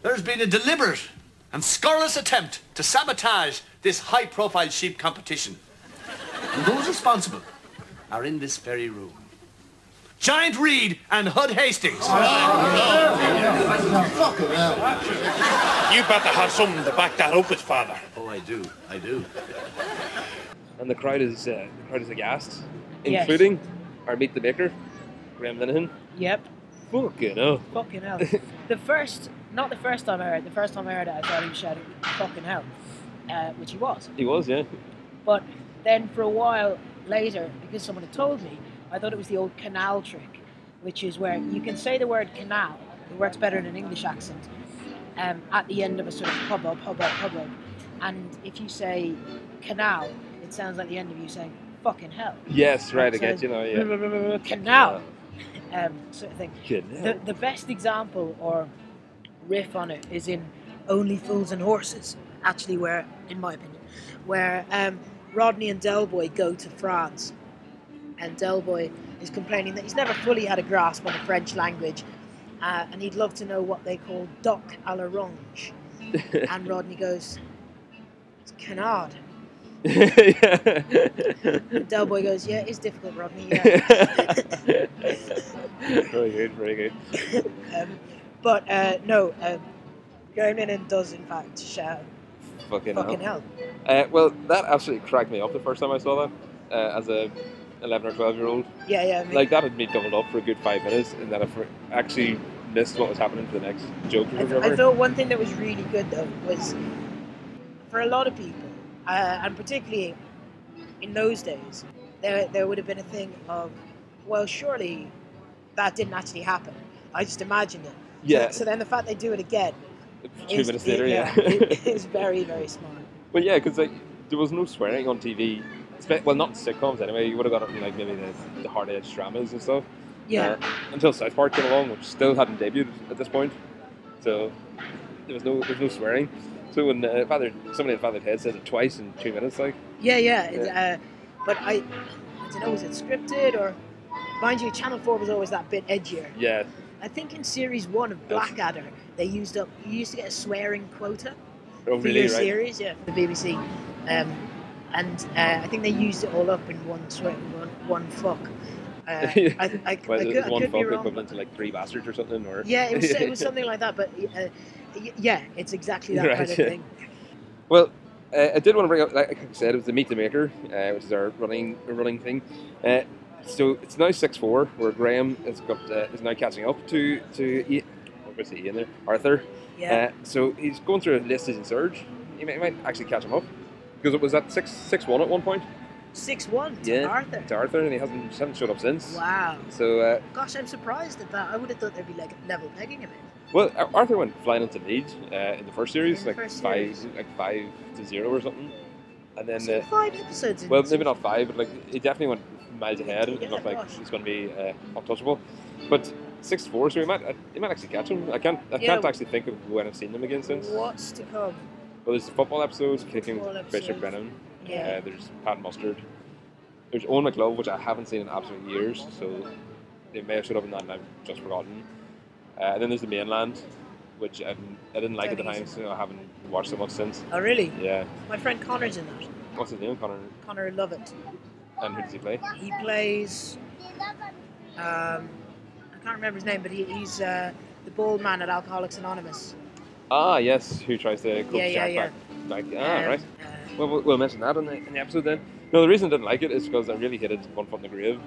S5: There's been a deliberate and scurrilous attempt to sabotage this high-profile sheep competition. And those responsible are in this very room. Giant Reed and Hud Hastings.
S12: You better have something to back that up with, Father.
S10: Oh, I do. I do.
S2: And the crowd is uh, the crowd is aghast,
S3: Yes.
S2: including our meet the baker, Graham Linehan.
S3: Yep.
S2: Fucking hell.
S3: Fucking hell. the first, not the first time I heard it, the first time I heard it, I thought he was shouting, fucking hell, uh, which he was.
S2: He was, yeah.
S3: But then for a while later, because someone had told me, I thought it was the old canal trick which is where you can say the word canal. It works better in an English accent. Um, at the end of a sort of hubbub, hubbub, hubbub, and if you say canal, it sounds like the end of you saying fucking hell.
S2: Yes, right, I
S3: So
S2: get you now, yeah.
S3: Canal, um, sort of thing.
S2: Canal.
S3: The, the best example or riff on it is in Only Fools and Horses, actually, where, in my opinion, where um, Rodney and Del Boy go to France, and Del Boy is complaining that he's never fully had a grasp on the French language, uh, and he'd love to know what they call doc à l'orange. and Rodney goes, it's canard. And Del Boy goes, yeah, it's difficult, Rodney,
S2: (laughs)
S3: yeah.
S2: (laughs)
S3: (laughs)
S2: very good, very good.
S3: um, but uh, no, um, Graham Lennon does in fact shout
S2: Fucking,
S3: fucking hell.
S2: Uh, well, that absolutely cracked me up the first time I saw that uh, as a 11 or 12 year old.
S3: Yeah, yeah. I mean,
S2: Like, that had me doubled up for a good five minutes, and then I fr- actually missed what was happening for the next joke or
S3: I, th-
S2: whatever.
S3: I thought one thing that was really good though was for a lot of people, uh, and particularly in those days, there there would have been a thing of, well, surely that didn't actually happen. I just imagined it. So-
S2: Yeah.
S3: So, then the fact they do it again.
S2: Two
S3: is-
S2: minutes later, yeah. (laughs)
S3: it- it's very very smart.
S2: Well, yeah, because like there was no swearing on TV. Spe- Well, not sitcoms anyway. You would have got it in like maybe the, the hard edge dramas and stuff.
S3: Yeah.
S2: Uh, until South Park came along, which still hadn't debuted at this point, so there was no there was no swearing. So when uh, Father somebody in Father's Head says it twice in two minutes, like
S3: Yeah, yeah. It, uh, but I, I don't know, was it scripted or? Mind you, Channel 4 was always that bit edgier.
S2: yeah,
S3: I think in series one of Blackadder, they used up, you used to get a swearing quota
S2: Oh,
S3: for
S2: really,
S3: your
S2: right?
S3: series, yeah, for the BBC. Um, and uh, I think they used it all up in one swear, one, one fuck.
S2: (laughs)
S3: Uh, I, I, I,
S2: well,
S3: I
S2: there's
S3: could, I
S2: one
S3: could be
S2: fuck
S3: wrong.
S2: equivalent to like three bastards or something, or
S3: Yeah,
S2: (laughs)
S3: it was, it was something like that, but uh, y- yeah, it's exactly that
S2: Right,
S3: kind of
S2: yeah.
S3: thing.
S2: Well, uh, I did want to bring up, like I said, it was the Meet the Maker, uh, which is our running running thing. Uh, so it's now six four, where Graham has got uh, is now catching up to to I- what was he in there? Arthur.
S13: Yeah.
S2: Uh, so he's going through a list in surge. He might, he might actually catch him up because it was at six six one at one point.
S3: 6 1 to
S2: yeah,
S3: Arthur.
S2: to Arthur, and he hasn't, hasn't showed up since.
S3: Wow.
S2: So uh,
S3: Gosh, I'm surprised at that. I would have thought there'd be like level pegging a bit.
S2: Well, Ar- Arthur went flying into lead uh, in the first series,
S3: In the
S2: like
S3: first
S2: five,
S3: series.
S2: like five to zero or something, and then
S3: So
S2: uh,
S3: five episodes in
S2: Well,
S3: the
S2: maybe not five, but like he definitely went miles ahead and looked like
S3: gosh.
S2: he's going to be uh, untouchable. But six four, so he might, uh, he might actually catch him. I can't, I
S3: Yeah.
S2: can't actually think of when I've seen them again since.
S3: What's to come?
S2: Well, there's the football episodes, kicking
S3: Football
S2: with Bishop
S3: episodes.
S2: Brennan.
S3: Yeah.
S2: Uh, there's Pat Mustard. There's Owen McLove, which I haven't seen in absolute years, so they may have showed up in that and I've just forgotten. Uh, and then there's the mainland, which I didn't, I didn't like at the
S3: Don't
S2: time,
S3: need
S2: so I haven't watched so much since.
S3: Oh, really?
S2: Yeah.
S3: My friend Connor's in that.
S2: What's his name, Connor?
S3: Connor Lovett.
S2: And who does he play?
S3: He plays. Um, I can't remember his name, but he, he's uh, the bald man at Alcoholics Anonymous.
S2: Ah, yes, who tries to coax
S3: Yeah, yeah,
S2: Jack
S3: yeah.
S2: back? back- ah,
S3: Um,
S2: right. Well, we'll, we'll mention that in the, in the episode then. No, the reason I didn't like it is because I really hated One Foot in the Grave,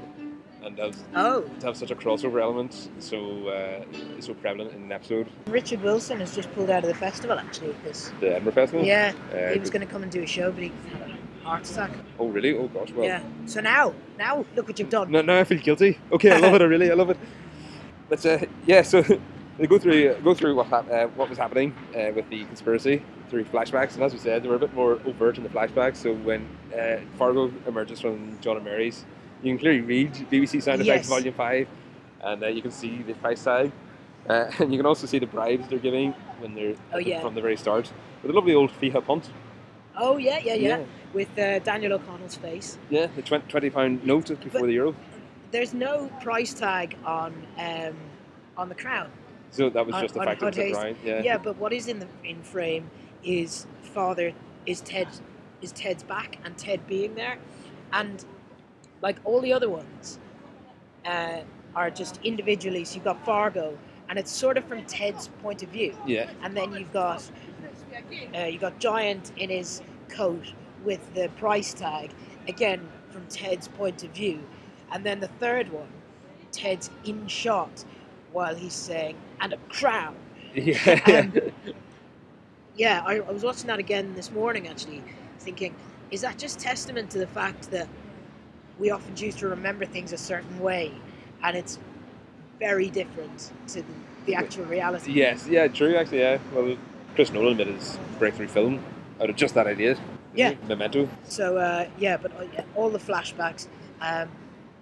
S2: and that was,
S3: Oh.
S2: to have such a crossover element so uh, so prevalent in an episode,
S3: Richard Wilson has just pulled out of the festival actually because.
S2: the Edinburgh Festival.
S3: Yeah,
S2: Uh,
S3: he was going to come and do a show, but he had a heart attack.
S2: Oh really? Oh gosh. Well.
S3: yeah. So now, now look what you've done.
S2: No, now I feel guilty. Okay, I love it. I really, I love it. But uh, yeah, so (laughs) they go through go through what hap- uh, what was happening uh, with the conspiracy through flashbacks, and as we said, they were a bit more overt in the flashbacks. So when uh, Fargo emerges from John and Mary's, you can clearly read BBC Sound
S13: Yes.
S2: Effects Volume Five, and uh, you can see the price tag, uh, (laughs) and you can also see the bribes they're giving when they're
S3: Oh, yeah.
S2: from the very start with a lovely old Fiha punt.
S3: Oh yeah, yeah, yeah.
S2: Yeah.
S3: With uh, Daniel O'Connell's face.
S2: Yeah, the twen- twenty pound note just before the euro.
S3: There's no price tag on um, on the crown.
S2: So that was
S3: on-
S2: just the
S3: on
S2: fact that it was a
S3: Hodges.
S2: grind. Yeah.
S3: but what is in the in frame is father is Ted is Ted's back and Ted being there, and like all the other ones, uh, are just individually. So you've got Fargo, and it's sort of from Ted's point of view.
S2: Yeah.
S3: And then you've got uh, you got Giant in his coat with the price tag, again from Ted's point of view. And then the third one, Ted's in shot while he's saying, and a crown.
S2: Yeah.
S3: Yeah, I, I was watching that again this morning actually, thinking, is that just testament to the fact that we often choose to remember things a certain way? And it's very different to the, the actual
S2: (laughs)
S3: reality.
S2: Yes, yeah, true, actually, yeah. Well, Chris Nolan made his breakthrough film out of just that idea. didn't
S3: Yeah.
S2: he? Memento.
S3: So uh, yeah, but uh, yeah, all the flashbacks, um,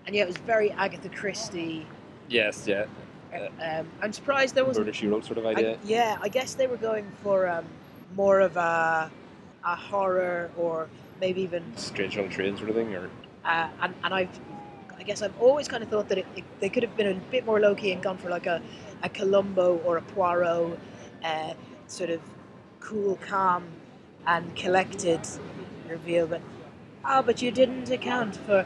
S3: and yeah, it was very Agatha Christie.
S2: Yes, yeah.
S3: Um, I'm surprised there wasn't.
S2: Murder, She Wrote sort of
S3: I-
S2: idea.
S3: yeah, I guess they were going for um, more of a, a horror or maybe even.
S2: Strange on a Train sort of thing, or
S3: Uh, and and I've, I guess I've always kind of thought that it, it, they could have been a bit more low key and gone for like a, a Columbo or a Poirot, uh, sort of cool, calm, and collected reveal. But ah, but you didn't account for.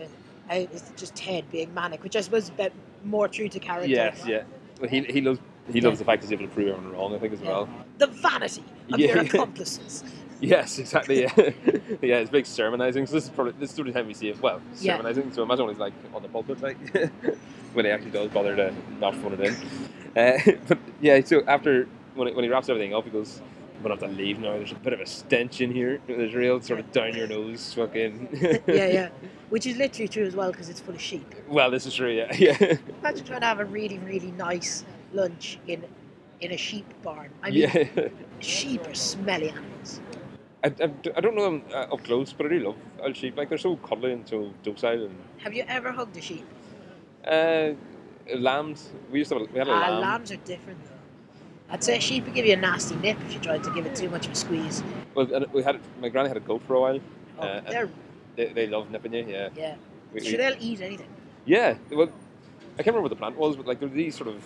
S3: Uh, I- it's just Ted being manic, which I suppose is a bit more true to character.
S2: Yes, yeah. Well, he, he loves he loves the fact he's able to prove everyone wrong. I think as well.
S3: The vanity of
S2: Yeah.
S3: your accomplices.
S2: Yes, exactly. Yeah, (laughs) yeah. It's big sermonizing. So this is probably this is the only time we see it. Well,
S3: Yeah.
S2: sermonizing. So imagine when he's like on the pulpit, like (laughs) when he actually does bother to not phone it in. Uh, (laughs) but yeah, so after when, he- when he wraps everything up, he goes, "I'm gonna have to leave now. There's a bit of a stench in here. There's real sort of down your nose fucking." (laughs)
S3: yeah, yeah. Which is literally true as well because it's full of sheep.
S2: Well, this is true. Yeah, (laughs) yeah.
S3: Imagine trying to have a really, really nice lunch in in a sheep barn. I mean,
S2: yeah.
S3: sheep are smelly animals.
S2: I, I, I don't know them uh, up close, but I do love old sheep. Like they're so cuddly and so docile and
S3: Have you ever hugged a sheep?
S2: Uh, lambs. We used to have a, we had a
S3: Ah,
S2: lamb.
S3: lambs are different though. I'd say a sheep would give you a nasty nip if you tried to give it too much of a squeeze.
S2: Well, and we had my granny had a goat for a while. Oh, uh, and
S3: They're
S2: they, they love nipping you. Yeah.
S3: yeah.
S2: We- we-
S3: Sure, they'll eat anything.
S2: yeah. Well, I can't remember what the plant was, but like there were these sort of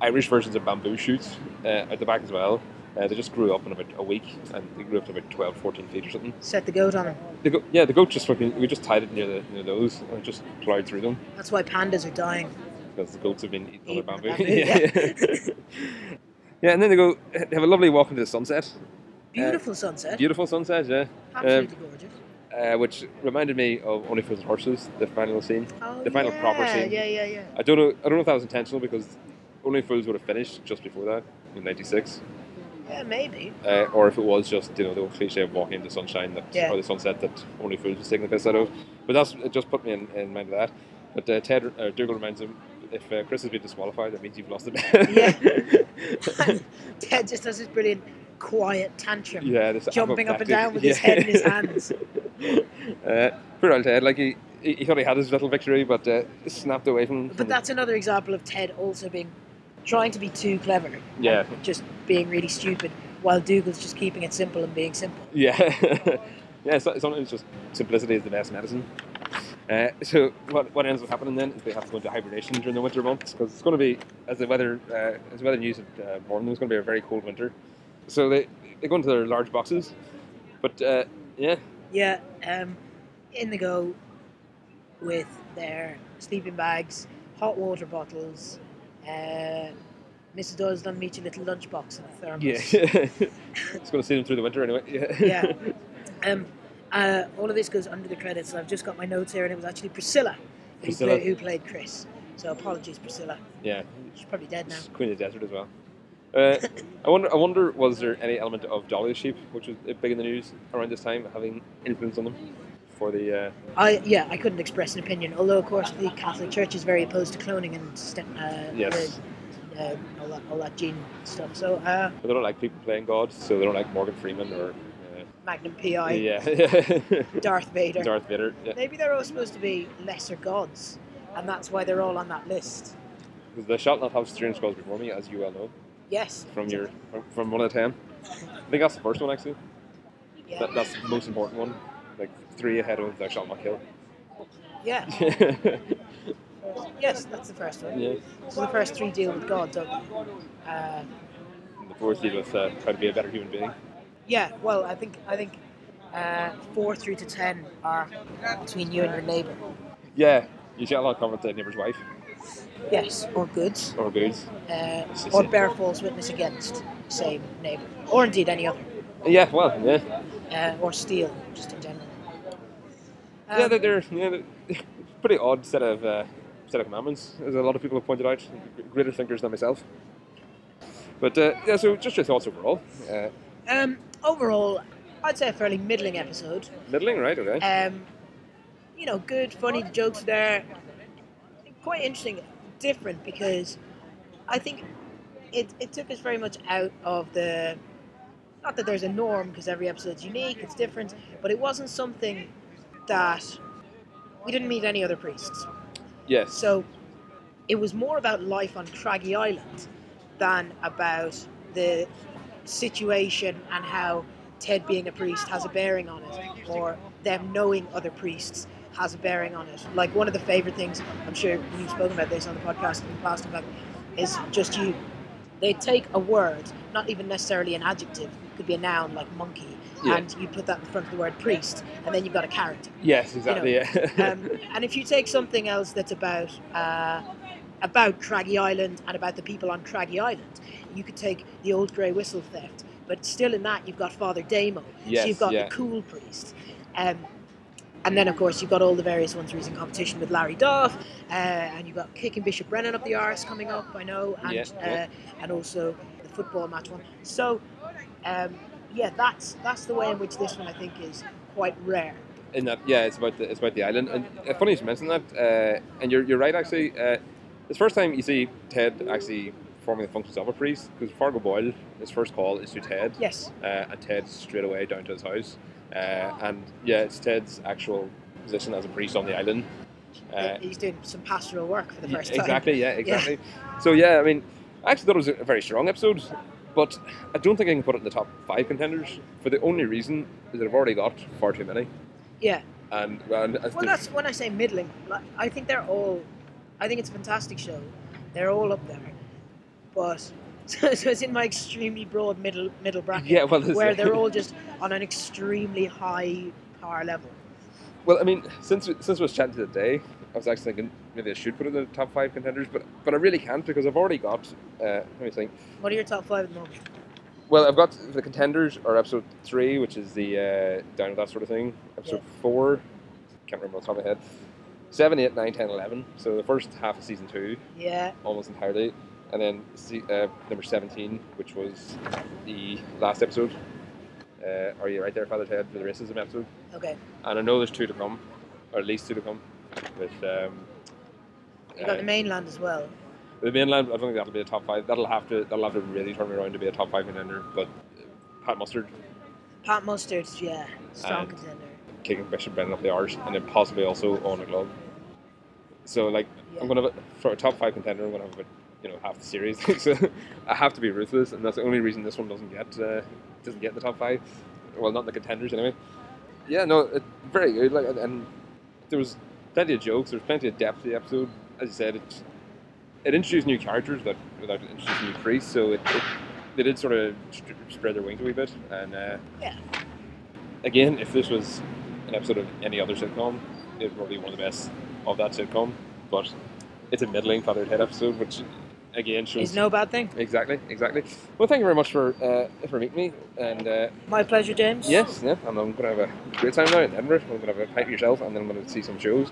S2: Irish versions of bamboo shoots uh, at the back as well. Uh, they just grew up in about a week, and they grew up to about 12, 14 feet or something.
S3: Set the goat on them.
S2: The go- yeah, the goat just fucking. We just tied it near the near those, and it just plowed through them.
S3: That's why pandas are dying.
S2: because the goats have been eating other bamboo.
S3: bamboo,
S2: yeah. yeah. (laughs) Yeah, and then they go they have a lovely walk into the sunset.
S3: Beautiful sunset.
S2: Beautiful sunset, yeah. Um,
S3: Absolutely gorgeous.
S2: Uh, which reminded me of Only Fools and Horses, the final scene,
S3: Oh,
S2: the final proper
S3: yeah,
S2: scene.
S3: Yeah, yeah, yeah.
S2: I don't know. I don't know if that was intentional because Only Fools would have finished just before that in '96,
S3: Yeah, maybe.
S2: uh, or if it was just you know the old cliche of walking into sunshine that
S3: Yeah.
S2: or the sunset that Only Fools was taking the piss out of. But that's it just put me in, in mind of that. But uh, Ted uh, Dougal reminds him if uh, Chris has been disqualified, that means you've lost the bet.
S3: Ted just has this brilliant quiet tantrum.
S2: Yeah, this
S3: jumping up
S2: apoplectic-
S3: and down with his
S2: yeah.
S3: head in
S2: (laughs)
S3: his hands.
S2: (laughs) Uh, poor old Ted, like he, he he thought he had his little victory, but uh, snapped away from.
S3: But that's another example of Ted also being trying to be too clever,
S2: yeah,
S3: just being really stupid, while Dougal's just keeping it simple and being simple.
S2: yeah, (laughs) yeah. So, sometimes just simplicity is the best medicine. Uh, so what, what ends up happening then is they have to go into hibernation during the winter months because it's going to be as the weather uh, as the weather news had uh, warned them it's going to be a very cold winter. So they they go into their large boxes, but uh, yeah,
S3: Yeah, um, in the go with their sleeping bags, hot water bottles. Uh, Mrs. Doyle's done meet your little lunchbox in a thermos.
S2: yeah, (laughs) it's going to see them through the winter anyway. Yeah,
S3: yeah. Um, uh, all of this goes under the credits, and I've just got my notes here, and it was actually Priscilla, who,
S2: Priscilla.
S3: Played, who played Chris. So apologies, Priscilla.
S2: (laughs) yeah.
S3: She's probably dead now.
S2: It's Queen of the Desert as well. Uh, I wonder. I wonder. Was there any element of Dolly the Sheep, which was big in the news around this time, having influence on them for the? Uh,
S3: I yeah, I couldn't express an opinion. Although, of course, the Catholic Church is very opposed to cloning and st- uh,
S2: Yes.
S3: the, uh, all, that, all that gene stuff. So, uh,
S2: but they don't like people playing God, so they don't like Morgan Freeman or.
S3: Magnum
S2: Uh,
S3: PI,
S2: yeah.
S3: Darth Vader.
S2: Darth Vader. Yeah.
S3: Maybe they're all supposed to be lesser gods, and that's why they're all on that list.
S2: Because Thou shalt not have strange gods before me, as you well know,
S3: Yes.
S2: from your from, from one of ten. I think that's the first one actually.
S3: Yeah.
S2: That, that's the most important one. Like three ahead of Thou shalt not (laughs) kill.
S3: Yeah. yes, that's the first one.
S2: Yeah.
S3: So the first three deal with God, don't they? Uh,
S2: And the fourth deal with uh, trying to be a better human being.
S3: yeah. Well, I think I think uh, four through to ten are between you and your neighbour.
S2: Yeah. You shall not covet thy neighbour's wife
S3: Yes, or goods.
S2: or goods.
S3: uh,
S2: It's the
S3: or
S2: same.
S3: bear false witness against same neighbour, or indeed any other,
S2: Yeah. Well. Yeah.
S3: uh, or steal just in general.
S2: yeah,
S3: Um,
S2: they're, they're, yeah, they're (laughs) pretty odd set of uh, set of commandments, as a lot of people have pointed out, greater thinkers than myself. But uh, yeah, so just your thoughts overall. Uh,
S3: Um, overall, I'd say a fairly middling episode.
S2: middling, right? Okay.
S3: Uh, Um, you know, good, funny, the jokes are there. Quite interesting. different because I think it, it took us very much out of the. Not that there's a norm because every episode's unique, it's different, but it wasn't something that we didn't meet any other priests.
S2: Yes.
S3: So it was more about life on Craggy Island than about the situation and how Ted being a priest has a bearing on it, or them knowing other priests has a bearing on it. Like one of the favorite things, I'm sure you've spoken about this on the podcast in the past, in fact, is just you. They take a word, not even necessarily an adjective, could be a noun like monkey,
S2: Yeah.
S3: and you put that in front of the word priest, and then you've got a character
S2: Yes, exactly.
S3: you
S2: yeah.
S3: um, and if you take something else that's about uh, about Craggy Island and about the people on Craggy Island, you could take the old grey whistle theft, but still in that you've got Father Damo,
S2: Yes,
S3: so you've got
S2: yeah.
S3: the cool priest, um, and then of course you've got all the various ones who's in competition with Larry Duff, uh, and you've got kicking Bishop Brennan up the arse coming up, I know, and
S2: Yeah, yeah.
S3: Uh, and also the football match one. So um, yeah, that's that's the way in which this one I think is quite rare.
S2: (laughs) in that yeah it's about the, it's about the island and uh, funny you should mention that uh, and you're, you're right actually uh, it's the first time you see Ted actually performing the functions of a priest because Fargo Boyle his first call is to Ted
S3: Yes.
S2: uh, and Ted's straight away down to his house uh, and yeah it's Ted's actual position as a priest on the island uh,
S3: He's doing some pastoral work for the
S2: yeah,
S3: first time.
S2: exactly yeah exactly so yeah I mean I actually thought it was a very strong episode but I don't think I can put it in the top five contenders for the only reason is that I've already got far too many
S3: Yeah.
S2: and, and
S3: Well, that's when I say middling. Like, I think they're all. I think it's a fantastic show. They're all up there, but (laughs) so, so it's in my extremely broad middle middle bracket.
S2: Yeah, well, that's
S3: where
S2: it. (laughs)
S3: they're all just on an extremely high par level.
S2: Well, I mean, since since I was chatting to the day, I was actually thinking maybe I should put it in the top five contenders, but but I really can't because I've already got. Uh, let me think.
S3: What are your top five at the moment?
S2: Well, I've got the contenders are episode three, which is the uh, down with that sort of thing. Episode four, can't remember off the top of my head. Seven, eight, nine, ten, eleven. So the first half of season two,
S3: Yeah.
S2: almost entirely, and then se- uh, number seventeen, which was the last episode. Uh, are you right there, Father Ted, for the racism episode?
S3: Okay.
S2: and I know there's two to come, or at least two to come. With um,
S3: You got
S2: uh,
S3: the mainland as well.
S2: the mainland, I don't think that'll be a top five. That'll have to that'll have to really turn me around to be a top five contender. But uh, Pat Mustard,
S3: Pat Mustard's yeah, strong
S2: And-
S3: contender.
S2: kicking Bishop Brennan up the arse, and then possibly also on the glove. So like I'm
S3: Yeah.
S2: gonna have a, for a top five contender, I'm gonna have about you know half the series. (laughs) so I have to be ruthless, and that's the only reason this one doesn't get uh, doesn't get in the top five. Well, not in the contenders anyway. Yeah, no, it, very good. Like and, and there was plenty of jokes. There was plenty of depth to the episode. As I said, it it introduced new characters that without introducing new priests. So it, it they did sort of st- spread their wings a wee bit, and uh,
S3: Yeah.
S2: again, if this was an episode of any other sitcom, it'd probably be one of the best of that sitcom. But it's a middling feathered head episode, which again shows
S3: Is no bad thing.
S2: Exactly, exactly. Well, thank you very much for uh, for meeting me, and uh,
S3: My pleasure, James.
S2: yes, yeah, and I'm gonna have a great time now in Edinburgh. I'm gonna have a pint with yourself, and then I'm gonna see some shows.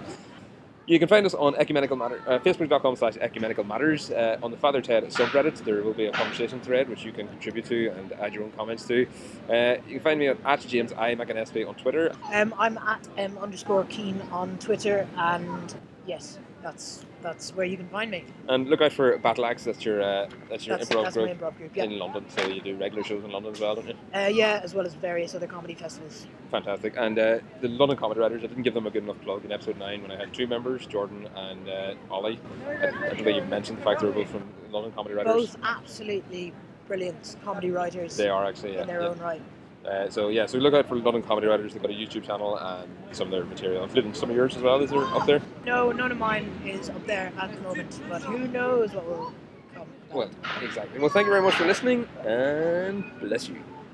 S2: You can find us on Ecumenical Matter, uh, facebook.com slash ecumenical matters. Uh, on the Father Ted subreddit, there will be a conversation thread which you can contribute to and add your own comments to. Uh, you can find me on, at James I. McInnesby on Twitter.
S3: Um, I'm at um, underscore keen on Twitter, and yes, that's that's where you can find me.
S2: And look out for Battle Axe. That's your uh, that's your
S3: That's-
S2: improv
S3: that's my
S2: group,
S3: improv group, yeah.
S2: in London. So you do regular shows in London as well, don't you?
S3: Uh, yeah, as well as various other comedy festivals.
S2: Fantastic. And uh, the London Comedy Writers, I didn't give them a good enough plug in episode nine when I had two members, Jordan and uh, Ollie. I, I don't think you mentioned the fact they were both from London Comedy Writers.
S3: Both absolutely brilliant comedy writers.
S2: They are actually, yeah.
S3: in their
S2: yeah.
S3: own right.
S2: Uh, so yeah, so look out for London Comedy Writers. They've got a YouTube channel and some of their material, including some of yours as well. Is there up there?
S3: No, none of mine is up there at the moment, but who knows what will come.
S2: Well, exactly. Well, thank you very much for listening, and bless you.